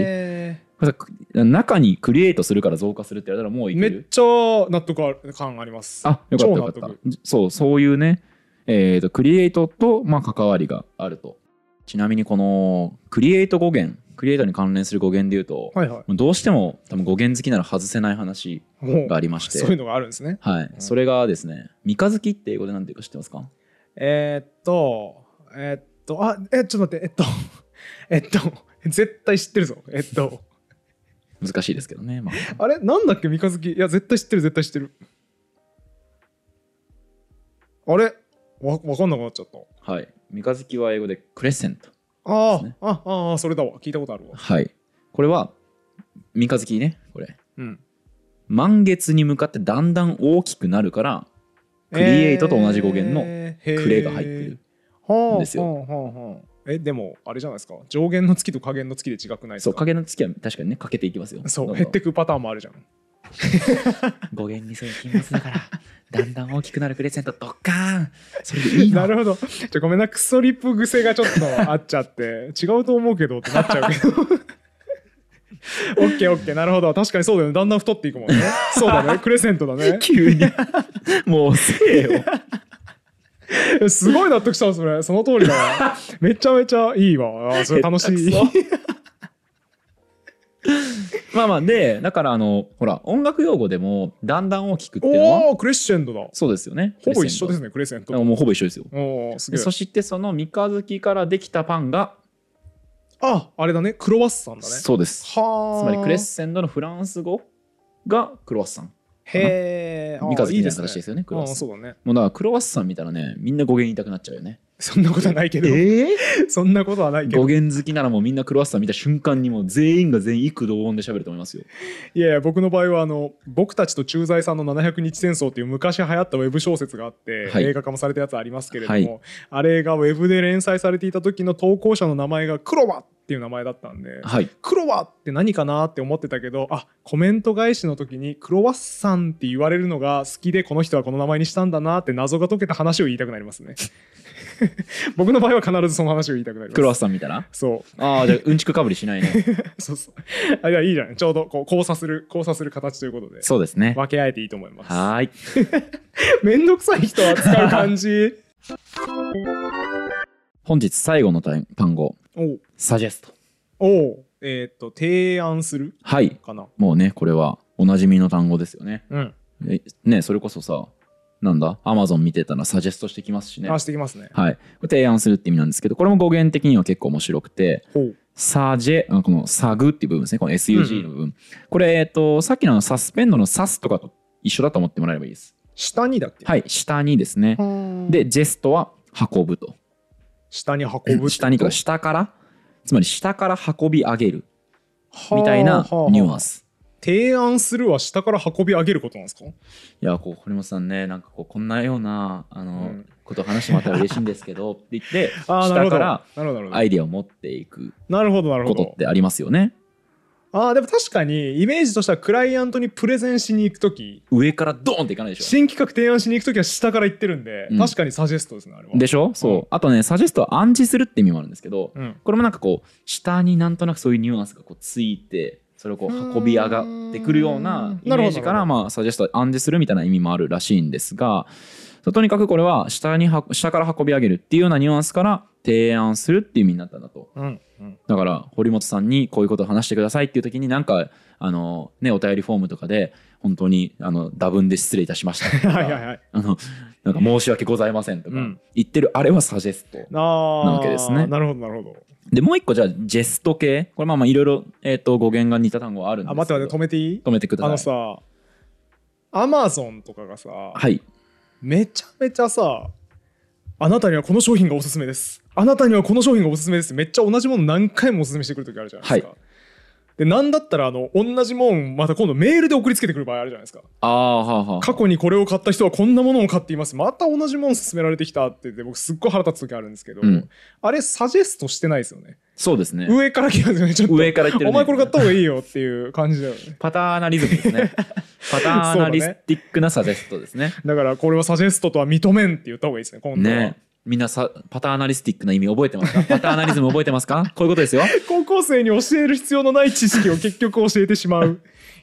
[SPEAKER 2] へ
[SPEAKER 1] これさ中にクリエイトするから増加するって言われたらもうい
[SPEAKER 2] え
[SPEAKER 1] け
[SPEAKER 2] め
[SPEAKER 1] る
[SPEAKER 2] っちゃ納得ある感あります
[SPEAKER 1] あよかったよか
[SPEAKER 2] 超納
[SPEAKER 1] っ
[SPEAKER 2] 得
[SPEAKER 1] た。そう、そういうね、えーとクリエイトと、まあ、関わりがあると。ちなみにこのクリエイト語源、クリエイトに関連する語源でいうと、
[SPEAKER 2] はいはい
[SPEAKER 1] どうしても多分語源好きなら外せない話
[SPEAKER 2] もう
[SPEAKER 1] がありまして、
[SPEAKER 2] そういうのがあるんですね
[SPEAKER 1] はい、
[SPEAKER 2] うん
[SPEAKER 1] それがですね、三日月って英語で何ていうか知ってますか
[SPEAKER 2] えーっと、えーっと、あ、え、ちょっと待って、えっと、 えっと、絶対知ってるぞ。えっと、
[SPEAKER 1] 難しいですけどね。まあ、
[SPEAKER 2] あれなんだっけ三日月。いや、絶対知ってる、絶対知ってる。あれわわかんなくなっちゃった。
[SPEAKER 1] はい、三日月は英語でクレッセント。で
[SPEAKER 2] あー、
[SPEAKER 1] すね
[SPEAKER 2] あ、あー、それだわ。聞いたことあるわ。
[SPEAKER 1] はい、これは三日月ね、これ。
[SPEAKER 2] うん。
[SPEAKER 1] 満月に向かってだんだん大きくなるから、クリエイトと同じ語源のク
[SPEAKER 2] ク
[SPEAKER 1] レが入っている。。んですよ
[SPEAKER 2] はあはあはあえ、でも、あれじゃないですか。上限の月と下限の月で違くないで
[SPEAKER 1] そ
[SPEAKER 2] す
[SPEAKER 1] う、
[SPEAKER 2] か
[SPEAKER 1] 影の月は確かにね、かけていきますよ。
[SPEAKER 2] そう
[SPEAKER 1] どんどん
[SPEAKER 2] 減ってくパターンもあるじゃん。
[SPEAKER 1] 語源にそういう金髪だから、 だんだん大きくなるプレゼント、ドッカーンそれでいいの
[SPEAKER 2] なるほど。じゃあごめんな、クソリップ癖がちょっとあっちゃって、違うと思うけどってなっちゃうけど。オッケーオッケーなるほど確かにそうだよねだんだん太っていく もんねそうだねクレセントだね
[SPEAKER 1] 急に もうせえよ
[SPEAKER 2] すごい納得したわそれその通りだわめちゃめちゃいいわあーそれ楽しい
[SPEAKER 1] 下手くそまあまあでだからあのほら音楽用語でもだんだんを聞くっていうのは
[SPEAKER 2] おおクレッシェンドだ
[SPEAKER 1] そうですよね
[SPEAKER 2] ほぼ一緒です
[SPEAKER 1] ね
[SPEAKER 2] ねクレセント
[SPEAKER 1] もうほぼ一緒ですよ
[SPEAKER 2] おおす
[SPEAKER 1] で
[SPEAKER 2] げえ
[SPEAKER 1] そしてその三日月からできたパンが、
[SPEAKER 2] ああれだねクロワッサンだね
[SPEAKER 1] そうです
[SPEAKER 2] はあ
[SPEAKER 1] つまりクレッセンドのフランス語がクロワッサン
[SPEAKER 2] へえ
[SPEAKER 1] 三日月みたいな
[SPEAKER 2] ね
[SPEAKER 1] 形ですよねクロワ
[SPEAKER 2] ああ
[SPEAKER 1] ッサン
[SPEAKER 2] そうだね
[SPEAKER 1] もうだからクロワッサン見たらねみんな語源言いたくなっちゃうよね
[SPEAKER 2] そんなことはないけど
[SPEAKER 1] え
[SPEAKER 2] そんなことはないけ
[SPEAKER 1] 語
[SPEAKER 2] ど
[SPEAKER 1] 源好きならもうみんなクロワッサン見た瞬間にもう全員が全員幾同音で喋ると思います よ
[SPEAKER 2] いやいや僕の場合はあの僕たちと駐在さんの700日戦争っていう昔流行ったウェブ小説があって、
[SPEAKER 1] はい
[SPEAKER 2] 映画化もされたやつありますけれども、
[SPEAKER 1] はい
[SPEAKER 2] あれがウェブで連載されていた時の投稿者の名前がクロワっていう名前だったんで
[SPEAKER 1] はい
[SPEAKER 2] クロワって何かなって思ってたけどあコメント返しの時にクロワッサンって言われるのが好きでこの人はこの名前にしたんだなって謎が解けた話を言いたくなりますね 僕の場合は必ずその話を言いたくなります
[SPEAKER 1] クロワッサン見たら
[SPEAKER 2] そう
[SPEAKER 1] ああじゃあうんちくかぶりしないね
[SPEAKER 2] そうそうあいやいいじゃんちょうどこう交差する交差する形ということで
[SPEAKER 1] そうですね
[SPEAKER 2] 分け合えていいと思います
[SPEAKER 1] はーい
[SPEAKER 2] めんどくさい人を扱う 感じ
[SPEAKER 1] 本日最後の単単語
[SPEAKER 2] おう
[SPEAKER 1] サジェスト
[SPEAKER 2] おうえーっと提案する
[SPEAKER 1] はい
[SPEAKER 2] かな
[SPEAKER 1] もうねこれはおなじみの単語ですよね
[SPEAKER 2] うん
[SPEAKER 1] えねそれこそさなんだアマゾン見てたらサジェストしてきますしね
[SPEAKER 2] あしてきますね
[SPEAKER 1] はい、これ提案するって意味なんですけどこれも語源的には結構面白くて
[SPEAKER 2] ほう
[SPEAKER 1] 「サジェ」あのこの「サグ」っていう部分ですねこの SUG の部分、これ、えっと、さっきのあのサスペンドの「サス」とかと一緒だと思ってもらえればいいです
[SPEAKER 2] 下にだっけ
[SPEAKER 1] はい下にですね
[SPEAKER 2] はあ
[SPEAKER 1] でジェストは運ぶと
[SPEAKER 2] 下に運ぶ
[SPEAKER 1] 下にとか下からつまり下から運び上げるみたいなニュアン
[SPEAKER 2] ス
[SPEAKER 1] ス
[SPEAKER 2] 提案するは下から運び上げることなんですか
[SPEAKER 1] いやこう堀本さんねなんかこうこんなようなあの、
[SPEAKER 2] うん
[SPEAKER 1] ことを話してもらったら嬉しいんですけどって言って
[SPEAKER 2] あー
[SPEAKER 1] 下から
[SPEAKER 2] なるほどな
[SPEAKER 1] ア
[SPEAKER 2] る
[SPEAKER 1] イディアを持っていく
[SPEAKER 2] ほどなるほ
[SPEAKER 1] こ
[SPEAKER 2] ど
[SPEAKER 1] とってありますよね
[SPEAKER 2] あーでも確かにイメージとしてはクライアントにプレゼンしに行く時
[SPEAKER 1] 上からドーンっていかないでしょ
[SPEAKER 2] 新企画提案しに行く時は下から行ってるんで、
[SPEAKER 1] うん
[SPEAKER 2] 確かにサジェストですねあれは
[SPEAKER 1] でしょそう、
[SPEAKER 2] うん
[SPEAKER 1] あとねサジェストは暗示するって意味もあるんですけど
[SPEAKER 2] うん、
[SPEAKER 1] これもなんかこう下になんとなくそういうニュアンスがこうついてそれをこう運び上がってくるような
[SPEAKER 2] うーん
[SPEAKER 1] イメージか
[SPEAKER 2] なる
[SPEAKER 1] ら
[SPEAKER 2] ほど
[SPEAKER 1] まあサジェストは暗示するみたいな意味もあるらしいんですがそうとにかくこれは下には下から運び上げるっていうようなニュアンスから提案するっていう意味になったんだと
[SPEAKER 2] うんうん、
[SPEAKER 1] だから堀本さんにこういうことを話してくださいっていう時になんかあのねお便りフォームとかで本当にあの打分で失礼いたしましたとか
[SPEAKER 2] はいはいはい
[SPEAKER 1] あのなんか申し訳ございませんとか
[SPEAKER 2] うん
[SPEAKER 1] 言ってるあれはサジェスト、
[SPEAKER 2] なわ
[SPEAKER 1] わけですね
[SPEAKER 2] なるほどなるほど
[SPEAKER 1] でもう一個じゃあジェスト系これまあまあいろいろ、えー、と語源が似た単語はあるんです
[SPEAKER 2] あ
[SPEAKER 1] けど
[SPEAKER 2] 待って待って止めていい
[SPEAKER 1] 止めてくだ
[SPEAKER 2] あ
[SPEAKER 1] さい
[SPEAKER 2] のさアマゾンとかがさ、
[SPEAKER 1] はい
[SPEAKER 2] めちゃめちゃさあなたにはこの商品がおすすめですあなたにはこの商品がおすすめですめっちゃ同じもの何回もおすすめしてくる時あるじゃないですか、でなんだったらあの同じもんまた今度メールで送りつけてくる場合あるじゃないですか
[SPEAKER 1] ああはあはあ
[SPEAKER 2] 過去にこれを買った人はこんなものを買っていますまた同じもん勧められてきたって言って僕すっごい腹立つ時あるんですけど、
[SPEAKER 1] うん
[SPEAKER 2] あれサジェストしてないですよね
[SPEAKER 1] そうですね
[SPEAKER 2] 上から来ますよねちょっと
[SPEAKER 1] 上から言ってる、
[SPEAKER 2] お
[SPEAKER 1] ね、
[SPEAKER 2] 前これ買った方がいいよっていう感じだよね
[SPEAKER 1] パターナリズムです ねパターナリスティックなサジェストですね
[SPEAKER 2] だからこれはサジェストとは認めんって言った方がいいですね今度は、
[SPEAKER 1] ねみんなさパターナリスティックな意味覚えてますか パターナリズム覚えてますかこういうことですよ
[SPEAKER 2] 高校生に教える必要のない知識を結局教えてし まう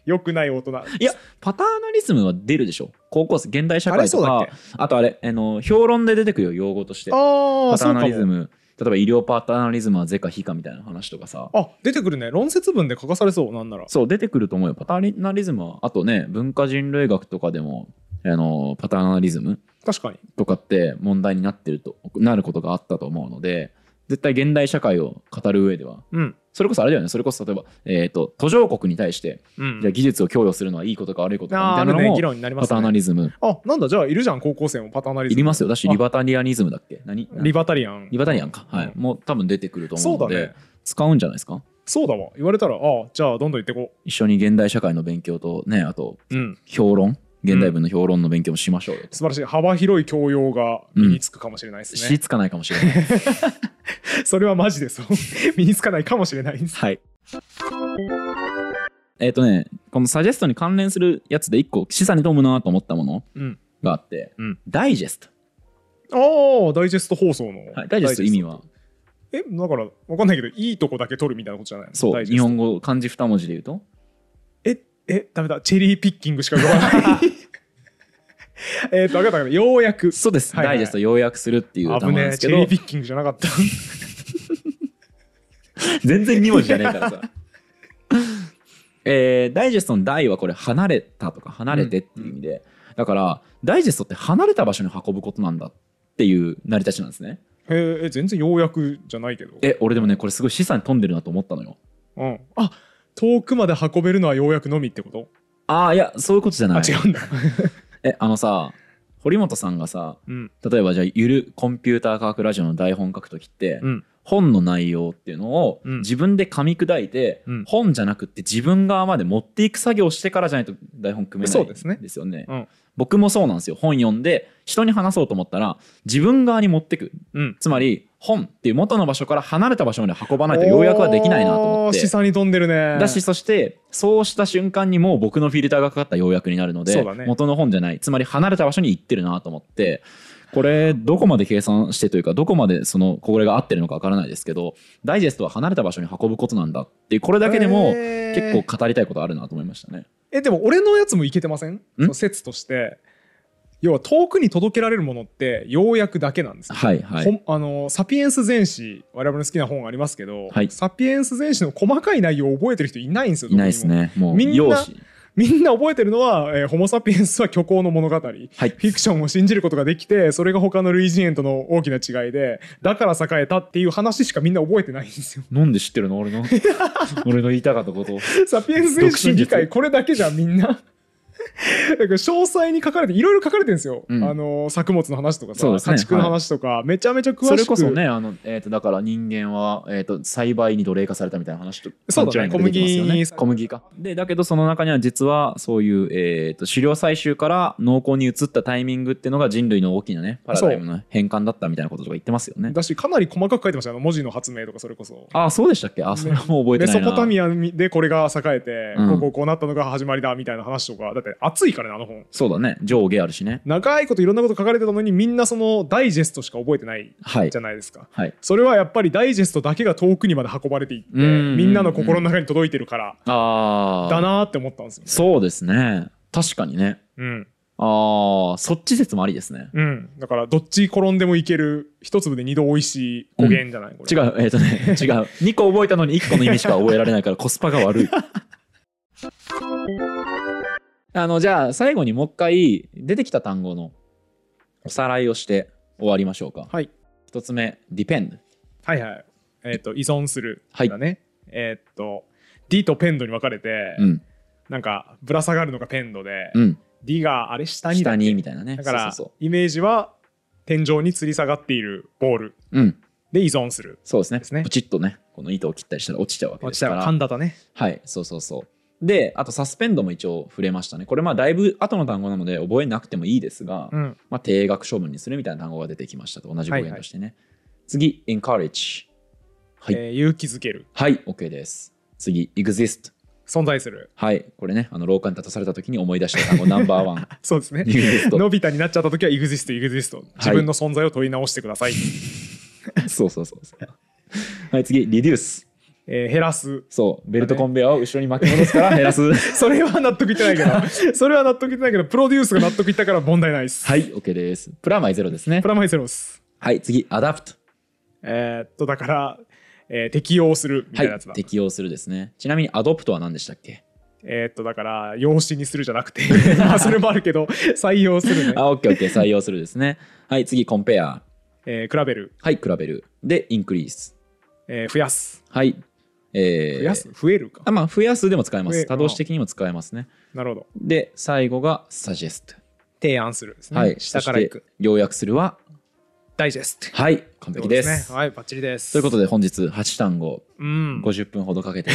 [SPEAKER 2] 良くない大人
[SPEAKER 1] いやパターナリズムは出るでしょ高校生現代社
[SPEAKER 2] あ
[SPEAKER 1] 会
[SPEAKER 2] れそ
[SPEAKER 1] と
[SPEAKER 2] うだっ
[SPEAKER 1] か
[SPEAKER 2] け
[SPEAKER 1] あとあれあの評論で出てくるよ用語として
[SPEAKER 2] ああ
[SPEAKER 1] パタ
[SPEAKER 2] そ
[SPEAKER 1] ー
[SPEAKER 2] うか
[SPEAKER 1] ナリズ
[SPEAKER 2] も
[SPEAKER 1] ム例えば医療パターナリズムは是か非かみたいな話とかさ
[SPEAKER 2] あ出てくるね論説文で書かされそうなんなら
[SPEAKER 1] そう出てくると思うよパターナリズムはあとね文化人類学とかでもあのパターナリズム
[SPEAKER 2] 確かに
[SPEAKER 1] とかって問題になってるとなることがあったと思うので絶対現代社会を語る上では
[SPEAKER 2] うん
[SPEAKER 1] それこそあれだよねそれこそ例えば、えー、と途上国に対して
[SPEAKER 2] うん
[SPEAKER 1] じゃあ技術を供与するのはいいことか悪いことかみ
[SPEAKER 2] あー
[SPEAKER 1] た
[SPEAKER 2] あ
[SPEAKER 1] いな
[SPEAKER 2] る
[SPEAKER 1] の
[SPEAKER 2] ね
[SPEAKER 1] も、
[SPEAKER 2] 議論になりま
[SPEAKER 1] パ
[SPEAKER 2] す
[SPEAKER 1] ターナ
[SPEAKER 2] ね
[SPEAKER 1] リズム
[SPEAKER 2] あなんだじゃあいるじゃん高校生もパターナリズ
[SPEAKER 1] い
[SPEAKER 2] ム
[SPEAKER 1] りますよだしリ
[SPEAKER 2] あ
[SPEAKER 1] バタリアニズムだっけ何
[SPEAKER 2] リバタリアン
[SPEAKER 1] リバタリアンか、はい、
[SPEAKER 2] う
[SPEAKER 1] もう多分出てくると
[SPEAKER 2] そ
[SPEAKER 1] 思
[SPEAKER 2] う
[SPEAKER 1] うの
[SPEAKER 2] だ
[SPEAKER 1] で
[SPEAKER 2] ね
[SPEAKER 1] 使うんじゃないですか
[SPEAKER 2] そうだわ言われたらああじゃあどんどん言ってこ
[SPEAKER 1] 一緒に現代社会の勉強とねあと
[SPEAKER 2] ううん
[SPEAKER 1] 評論現代文の評論の勉強もしましょうよ、
[SPEAKER 2] 素晴らしい幅広い教養が身につくかもしれないです
[SPEAKER 1] し
[SPEAKER 2] ね、
[SPEAKER 1] つかないかもしれ ない
[SPEAKER 2] それはマジで そう身につかないかもしれないです
[SPEAKER 1] はいえっ、とねこのサジェストに関連するやつで一個示唆に富むなと思ったもの
[SPEAKER 2] うん
[SPEAKER 1] があって、
[SPEAKER 2] うん
[SPEAKER 1] ダイジェスト、
[SPEAKER 2] ああダイジェスト放送の、
[SPEAKER 1] はい、ダイジェスト意味は
[SPEAKER 2] えだからわかんないけどいいとこだけ取るみたいなことじゃないの
[SPEAKER 1] そう
[SPEAKER 2] ダイジェ
[SPEAKER 1] 日
[SPEAKER 2] スト
[SPEAKER 1] 本語漢字二文字で言うと
[SPEAKER 2] ええダメだチェリーピッキングしか言わない えっと分かった分かったようやく
[SPEAKER 1] そうです、
[SPEAKER 2] はいはい
[SPEAKER 1] ダイジェスト要約するっていう単
[SPEAKER 2] 危
[SPEAKER 1] 語なん
[SPEAKER 2] ね
[SPEAKER 1] で
[SPEAKER 2] え
[SPEAKER 1] す
[SPEAKER 2] チ
[SPEAKER 1] け
[SPEAKER 2] ェリ
[SPEAKER 1] ど
[SPEAKER 2] ーピッキングじゃなかった
[SPEAKER 1] 全然2文字じゃねえからさ えーダイジェストの「ダイ」はこれ「離れた」とか「離れて」っていう意味で、だからダイジェストって離れた場所に運ぶことなんだっていう成り立ちなんですね
[SPEAKER 2] えーえ全然ようやくじゃないけど
[SPEAKER 1] え俺でもねこれすごい資産に富んでるなと思ったのよ
[SPEAKER 2] うん、あ遠くまで運べるのはようやくのみってこと、
[SPEAKER 1] ああいやそういうことじゃない
[SPEAKER 2] あ違 うんだ、
[SPEAKER 1] えあのさ堀本さんがさ
[SPEAKER 2] うん
[SPEAKER 1] 例えばじゃあゆるコンピューター科学ラジオの台本書くときって、
[SPEAKER 2] うん
[SPEAKER 1] 本の内容っていうのを
[SPEAKER 2] うん
[SPEAKER 1] 自分で噛み砕いて、
[SPEAKER 2] うん
[SPEAKER 1] 本じゃなくって自分側まで持っていく作業をしてからじゃないと台本組めな
[SPEAKER 2] そう
[SPEAKER 1] い
[SPEAKER 2] ですね
[SPEAKER 1] ですよね。
[SPEAKER 2] うん
[SPEAKER 1] 僕もそうなんですよ本読んで人に話そうと思ったら自分側に持ってく
[SPEAKER 2] うん、
[SPEAKER 1] つまり本っていう元の場所から離れた場所まで運ばないと要約はできないなと思っ
[SPEAKER 2] おー
[SPEAKER 1] て
[SPEAKER 2] 資産に飛んでるね
[SPEAKER 1] だしそしてそうした瞬間にもう僕のフィルターがかかった要約になるの
[SPEAKER 2] そ
[SPEAKER 1] で、
[SPEAKER 2] うだね
[SPEAKER 1] 元の本じゃないつまり離れた場所に行ってるなと思ってこれどこまで計算してというかどこまでそのこれが合ってるのかわからないですけどダイジェストは離れた場所に運ぶことなんだっていうこれだけでも
[SPEAKER 2] えー
[SPEAKER 1] 結構語りたいことあるなと思いましたね。
[SPEAKER 2] えでも俺のやつもいけてませんその説として要は遠くに届けられるものってようやくだけなんですよ
[SPEAKER 1] はいはい、
[SPEAKER 2] ほんあのサピエンス全史我々の好きな本ありますけど、
[SPEAKER 1] はい
[SPEAKER 2] サピエンス全史の細かい内容を覚えてる人いないんですよ
[SPEAKER 1] いないですねもう
[SPEAKER 2] みんな
[SPEAKER 1] 容姿
[SPEAKER 2] どこにもみんな覚えてるのは、えーホモ・サピエンスは虚構の物語、
[SPEAKER 1] はい
[SPEAKER 2] フィクションを信じることができてそれが他の類人猿との大きな違いでだから栄えたっていう話しかみんな覚えてないんです よ
[SPEAKER 1] なんで知ってるの俺 の俺の言いたかったことを
[SPEAKER 2] サピエンス全史の理
[SPEAKER 1] 独身
[SPEAKER 2] 解
[SPEAKER 1] 術
[SPEAKER 2] これだけじゃんみんなだから詳細に書かれていろいろ書かれてるんですよ、
[SPEAKER 1] うん
[SPEAKER 2] あの作物の話とかさ、
[SPEAKER 1] そうですね
[SPEAKER 2] 家畜の話とか、めちゃめちゃ詳しく
[SPEAKER 1] それこそねあの、えー、とだから人間は、えー、と栽培に奴隷化されたみたいな話と
[SPEAKER 2] そうだね
[SPEAKER 1] 勘違いが出てきますよ
[SPEAKER 2] 小麦に
[SPEAKER 1] 小麦かでだけどその中には実はそういう、えー、と狩猟採集から農耕に移ったタイミングっていうのが人類の大きなねパラダイムの変換だったみたいなこととか言ってますよね
[SPEAKER 2] だしかなり細かく書いてましたよあの文字の発明とかそれこそ
[SPEAKER 1] あそうでしたっけあそれはもう覚えて
[SPEAKER 2] メ
[SPEAKER 1] ないな
[SPEAKER 2] ソポタミアでこれが栄えて、
[SPEAKER 1] うん
[SPEAKER 2] こうこうこうなったのが始まりだみたいな話とかだって熱いからねあの本
[SPEAKER 1] そうだね上下あるしね
[SPEAKER 2] 長いこといろんなこと書かれてたのにみんなそのダイジェストしか覚えてない
[SPEAKER 1] はい
[SPEAKER 2] じゃないですか
[SPEAKER 1] はい
[SPEAKER 2] それはやっぱりダイジェストだけが遠くにまで運ばれていって
[SPEAKER 1] うんうんうん
[SPEAKER 2] みんなの心の中に届いてるから
[SPEAKER 1] あ
[SPEAKER 2] だ
[SPEAKER 1] あ
[SPEAKER 2] なーって思ったんですよ、
[SPEAKER 1] そうですね確かにね
[SPEAKER 2] うん
[SPEAKER 1] ああそっち説もありですね
[SPEAKER 2] うん、だからどっち転んでもいける一粒で二度美味しい語源じゃない、これ
[SPEAKER 1] 違うえっ、とね違う2個覚えたのに1個の意味しか覚えられないからコスパが悪い あのじゃあ最後にもう一回出てきた単語のおさらいをして終わりましょうか
[SPEAKER 2] はい
[SPEAKER 1] 一つ目 depend
[SPEAKER 2] はいはい。えっ、と、依存する。
[SPEAKER 1] はい
[SPEAKER 2] だね。えっ、と、D とペンドに分かれて、
[SPEAKER 1] うん
[SPEAKER 2] なんか、ぶら下がるのがペンドで、
[SPEAKER 1] うん
[SPEAKER 2] D があれ下にだ
[SPEAKER 1] 下にみたいなね
[SPEAKER 2] だから
[SPEAKER 1] そうそ
[SPEAKER 2] イメージは、天井に吊り下がっているボール
[SPEAKER 1] うそううん
[SPEAKER 2] で依存する。
[SPEAKER 1] そうですね
[SPEAKER 2] ですね
[SPEAKER 1] プチッとねこの糸を切ったりしたら落ちちゃうわけで
[SPEAKER 2] 落ち
[SPEAKER 1] す
[SPEAKER 2] た
[SPEAKER 1] からら
[SPEAKER 2] 噛んだだね。
[SPEAKER 1] はいそうそうそうであとサスペンドも一応触れましたねこれまあだいぶ後の単語なので覚えなくてもいいですが、
[SPEAKER 2] うん。
[SPEAKER 1] まあ、定額処分にするみたいな単語が出てきましたと同じ語源としてね。次、encourage。はい、
[SPEAKER 2] えー勇気づける。
[SPEAKER 1] はい、OK です。次、exist。
[SPEAKER 2] 存在する。
[SPEAKER 1] はい、これね、あの廊下に立たされた時に思い出した単語ナンバー ワン。
[SPEAKER 2] そうですね。
[SPEAKER 1] exist。
[SPEAKER 2] のび太になっちゃった時は EXIST、EXIST。自分の存在を問い直してください。
[SPEAKER 1] そうそうそうそう。はい、次、reduce。
[SPEAKER 2] えー減らす。
[SPEAKER 1] そう、ベルトコンベアを後ろに巻き戻すから減らす。
[SPEAKER 2] それは納得いってないけど、それは納得いってないけど、プロデュースが納得いったから問題ないで す。
[SPEAKER 1] は。い、OK です。プラマイゼロですね
[SPEAKER 2] プ。ラマイゼロです。
[SPEAKER 1] はい、次、adapt。
[SPEAKER 2] えーっとだから、えー適用するみ
[SPEAKER 1] は
[SPEAKER 2] た
[SPEAKER 1] い
[SPEAKER 2] なや
[SPEAKER 1] い
[SPEAKER 2] つだ、、
[SPEAKER 1] 適用するですね。ちなみに、adopt は何でしたっけ
[SPEAKER 2] えーっとだから養子にするじゃなくて まあそれもあるけど採用するね、
[SPEAKER 1] あ、OK、OK、採用するですね。はい、次、compare。
[SPEAKER 2] えー比べる、
[SPEAKER 1] はい、比べる。で、increase。
[SPEAKER 2] えー増やす
[SPEAKER 1] はい。えー
[SPEAKER 2] 増やす増えるか
[SPEAKER 1] あまあ、増やすでも使えま
[SPEAKER 2] 増
[SPEAKER 1] す。
[SPEAKER 2] える
[SPEAKER 1] 多動詞的にも使えますね。
[SPEAKER 2] なるほど
[SPEAKER 1] で、最後が suggest。
[SPEAKER 2] 提案するですね、
[SPEAKER 1] はい。
[SPEAKER 2] 下からい
[SPEAKER 1] そ
[SPEAKER 2] く
[SPEAKER 1] して要約するは、
[SPEAKER 2] ダイジェスト
[SPEAKER 1] はい、完璧です。
[SPEAKER 2] ということねはいバッチリです
[SPEAKER 1] ということ
[SPEAKER 2] で
[SPEAKER 1] で、本日8単語、
[SPEAKER 2] うん
[SPEAKER 1] 50分ほど かけて、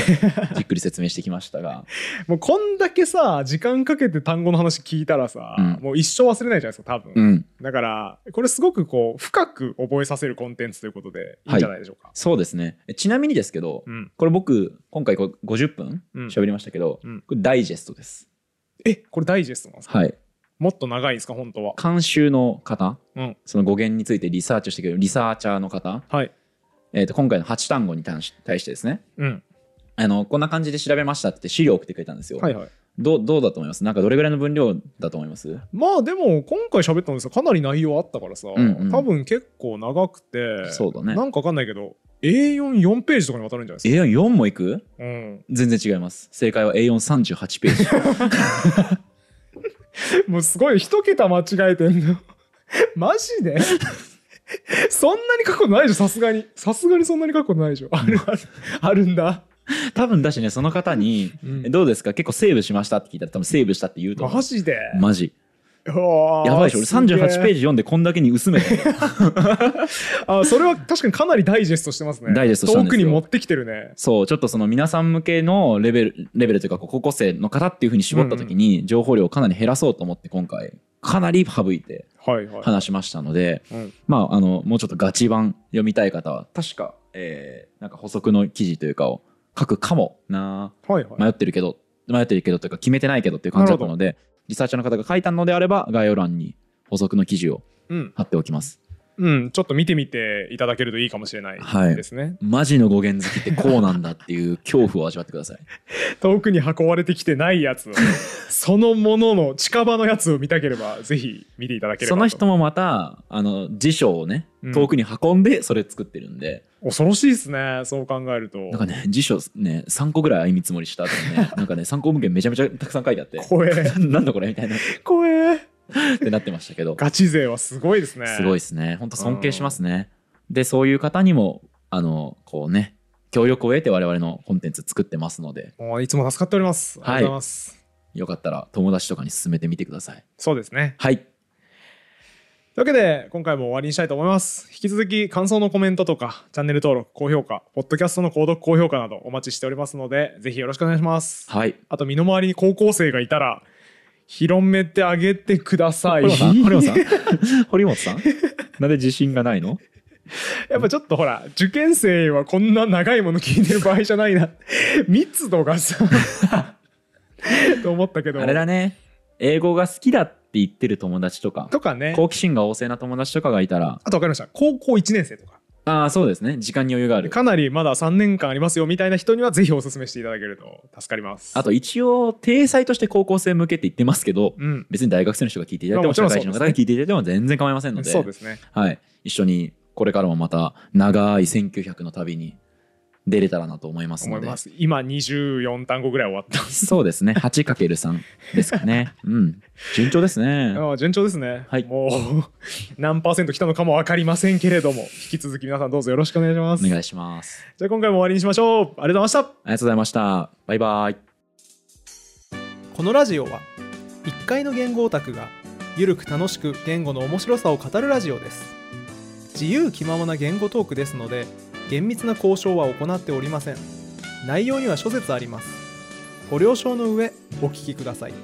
[SPEAKER 1] じっくり説明してきましたが、
[SPEAKER 2] もうこんだけさ時間かけて単語の話聞いたらさ、
[SPEAKER 1] うん
[SPEAKER 2] もう一生忘れないじゃないですか多分、
[SPEAKER 1] うん、
[SPEAKER 2] だからこれすごくこう深く覚えさせるコンテンツということでいいんじゃないでしょうか、
[SPEAKER 1] そうですね。えちなみにですけど、
[SPEAKER 2] うん
[SPEAKER 1] これ僕、今回こう50分
[SPEAKER 2] うん
[SPEAKER 1] 喋りましたけど、
[SPEAKER 2] うん
[SPEAKER 1] これダイジェストです。
[SPEAKER 2] えこれダイジェストなんですか
[SPEAKER 1] はい。
[SPEAKER 2] もっと長いんですか本当は
[SPEAKER 1] 監修の方、
[SPEAKER 2] うん
[SPEAKER 1] その語源についてリサーチをしてくれるリサーチャーの方、
[SPEAKER 2] はい
[SPEAKER 1] えー、と今回の8単語に対し対してですね
[SPEAKER 2] うん。
[SPEAKER 1] あのこんな感じで調べましたって資料を送ってくれたんですよ、
[SPEAKER 2] はいはい。
[SPEAKER 1] どうどうだと思いますなんかどれぐらいの分量だと思います
[SPEAKER 2] まあでも今回喋ったのですがかなり内容あったからさ、
[SPEAKER 1] んうん
[SPEAKER 2] 多分結構長くて
[SPEAKER 1] そうだね
[SPEAKER 2] なんかわかんないけど A44 ページとかにわたるんじゃないですか、
[SPEAKER 1] A44 もいく
[SPEAKER 2] うん、
[SPEAKER 1] 全然違います正解は A438 ペー ジ
[SPEAKER 2] もうすごい一桁間違えてんの マジで そんなに書くことないでしょさすがにさすがにそんなに書くことないでしょあるあるあるんだ
[SPEAKER 1] 多分だしねその方に、
[SPEAKER 2] うん
[SPEAKER 1] どうですか結構セーブしましたって聞いたら多分セーブしたって言うと思
[SPEAKER 2] マ
[SPEAKER 1] う
[SPEAKER 2] ジで、
[SPEAKER 1] マジ
[SPEAKER 2] や
[SPEAKER 1] やばいでしょ俺38ページ
[SPEAKER 2] ジ
[SPEAKER 1] 読んでこんだけに薄めたの
[SPEAKER 2] あそれは確かにかなりダイジェストしてますね
[SPEAKER 1] ダイジェストしたんですよ
[SPEAKER 2] 遠くに持ってきてるね
[SPEAKER 1] そうちょっとその皆さん向けのレベルレベルというかこう高校生の方っていうふうに絞った時に情報量をかなり減らそうと思って今回かなり省いて
[SPEAKER 2] はいはい、
[SPEAKER 1] 話しましたので、
[SPEAKER 2] うん
[SPEAKER 1] まああのもうちょっとガチ版読みたい方は確か、えーなんか補足の記事というかを書くかもな
[SPEAKER 2] はいはい
[SPEAKER 1] 迷ってるけど迷ってるけどというか決めてないけどっていう感じだったのでリサーチャーの方が書いたのであれば概要欄に補足の記事を
[SPEAKER 2] うん
[SPEAKER 1] 貼っておきます
[SPEAKER 2] うん、ちょっと見てみていただけるといいかもしれない
[SPEAKER 1] はい
[SPEAKER 2] ですね。
[SPEAKER 1] マジの語源好きってこうなんだっていう恐怖を味わってくださ い
[SPEAKER 2] 遠くに運ばれてきてないや つを、そのものの近場のやつを見たければ、ぜひ見ていただければと。
[SPEAKER 1] その人もまたあの辞書をね
[SPEAKER 2] うん
[SPEAKER 1] 遠くに運んでそれ作ってるんで、
[SPEAKER 2] 恐ろしいですね、そう考えると。
[SPEAKER 1] なんかね辞書ね3個ぐらい歩み積もりした後にねなんかね参考文献めちゃめちゃたくさん書いてあって
[SPEAKER 2] 怖え、
[SPEAKER 1] なんだこれみたいな
[SPEAKER 2] 怖え。
[SPEAKER 1] ってなってましたけど
[SPEAKER 2] ガチ勢はすごいですね。
[SPEAKER 1] すごいですね本当尊敬しますねでそういう方にもあのこうね協力を得て我々のコンテンツ作ってますので
[SPEAKER 2] もういつも助かっております。
[SPEAKER 1] はい
[SPEAKER 2] ありがとうございます。
[SPEAKER 1] よかったら友達とかに勧めてみてください
[SPEAKER 2] そうですね。
[SPEAKER 1] はい
[SPEAKER 2] というわけで、今回も終わりにしたいと思います。引き続き、感想のコメントとか、チャンネル登録、高評価、ポッドキャストの購読、高評価などお待ちしておりますので、ぜひよろしくお願いします。
[SPEAKER 1] はい
[SPEAKER 2] あと身の回りに高校生がいたら広めてあげてください。
[SPEAKER 1] 堀本さん堀本さん 堀本さんなんで自信がないの
[SPEAKER 2] やっぱちょっとほら受験生はこんな長いもの聞いてる場合じゃないな 密度がさ と思ったけど
[SPEAKER 1] あれだね英語が好きだって言ってる友達とか
[SPEAKER 2] とかね
[SPEAKER 1] 好奇心が旺盛な友達とかがいたら
[SPEAKER 2] あと分かりました高校1年生とか
[SPEAKER 1] ああそうですね時間に余裕がある
[SPEAKER 2] かなりまだ3年間ありますよみたいな人にはぜひお勧めしていただけると助かります。
[SPEAKER 1] あと一応体裁として高校生向けって言ってますけど
[SPEAKER 2] うん
[SPEAKER 1] 別に大学生の人が聞いていただいても
[SPEAKER 2] まあもちろ
[SPEAKER 1] 社
[SPEAKER 2] ん
[SPEAKER 1] 会人の方が
[SPEAKER 2] そうです
[SPEAKER 1] 聞いていただいても全然構いませんので
[SPEAKER 2] そうですね。
[SPEAKER 1] はい、一緒にこれからもまた長い1900の旅に出れたらなと思います
[SPEAKER 2] 思
[SPEAKER 1] の
[SPEAKER 2] い
[SPEAKER 1] で
[SPEAKER 2] ます。今24単語ぐらい終わった。
[SPEAKER 1] そうです ね 8×3 ですかねうん順調ですね
[SPEAKER 2] ああ順調ですね、
[SPEAKER 1] はい
[SPEAKER 2] もう 何パーセント来たのかも分かりませんけれども引き続き皆さんどうぞよろしくお願いしま
[SPEAKER 1] お
[SPEAKER 2] す
[SPEAKER 1] 願いします
[SPEAKER 2] じゃあ今回も終わりにしましょうありがとうございました
[SPEAKER 1] ありがとうございましたバイバイ
[SPEAKER 2] このラジオは1階の言語オタクがゆるく楽しく言語の面白さを語るラジオです自由気ままな言語トークですので厳密な交渉は行っておりません内容には諸説ありますご了承の上お聞きください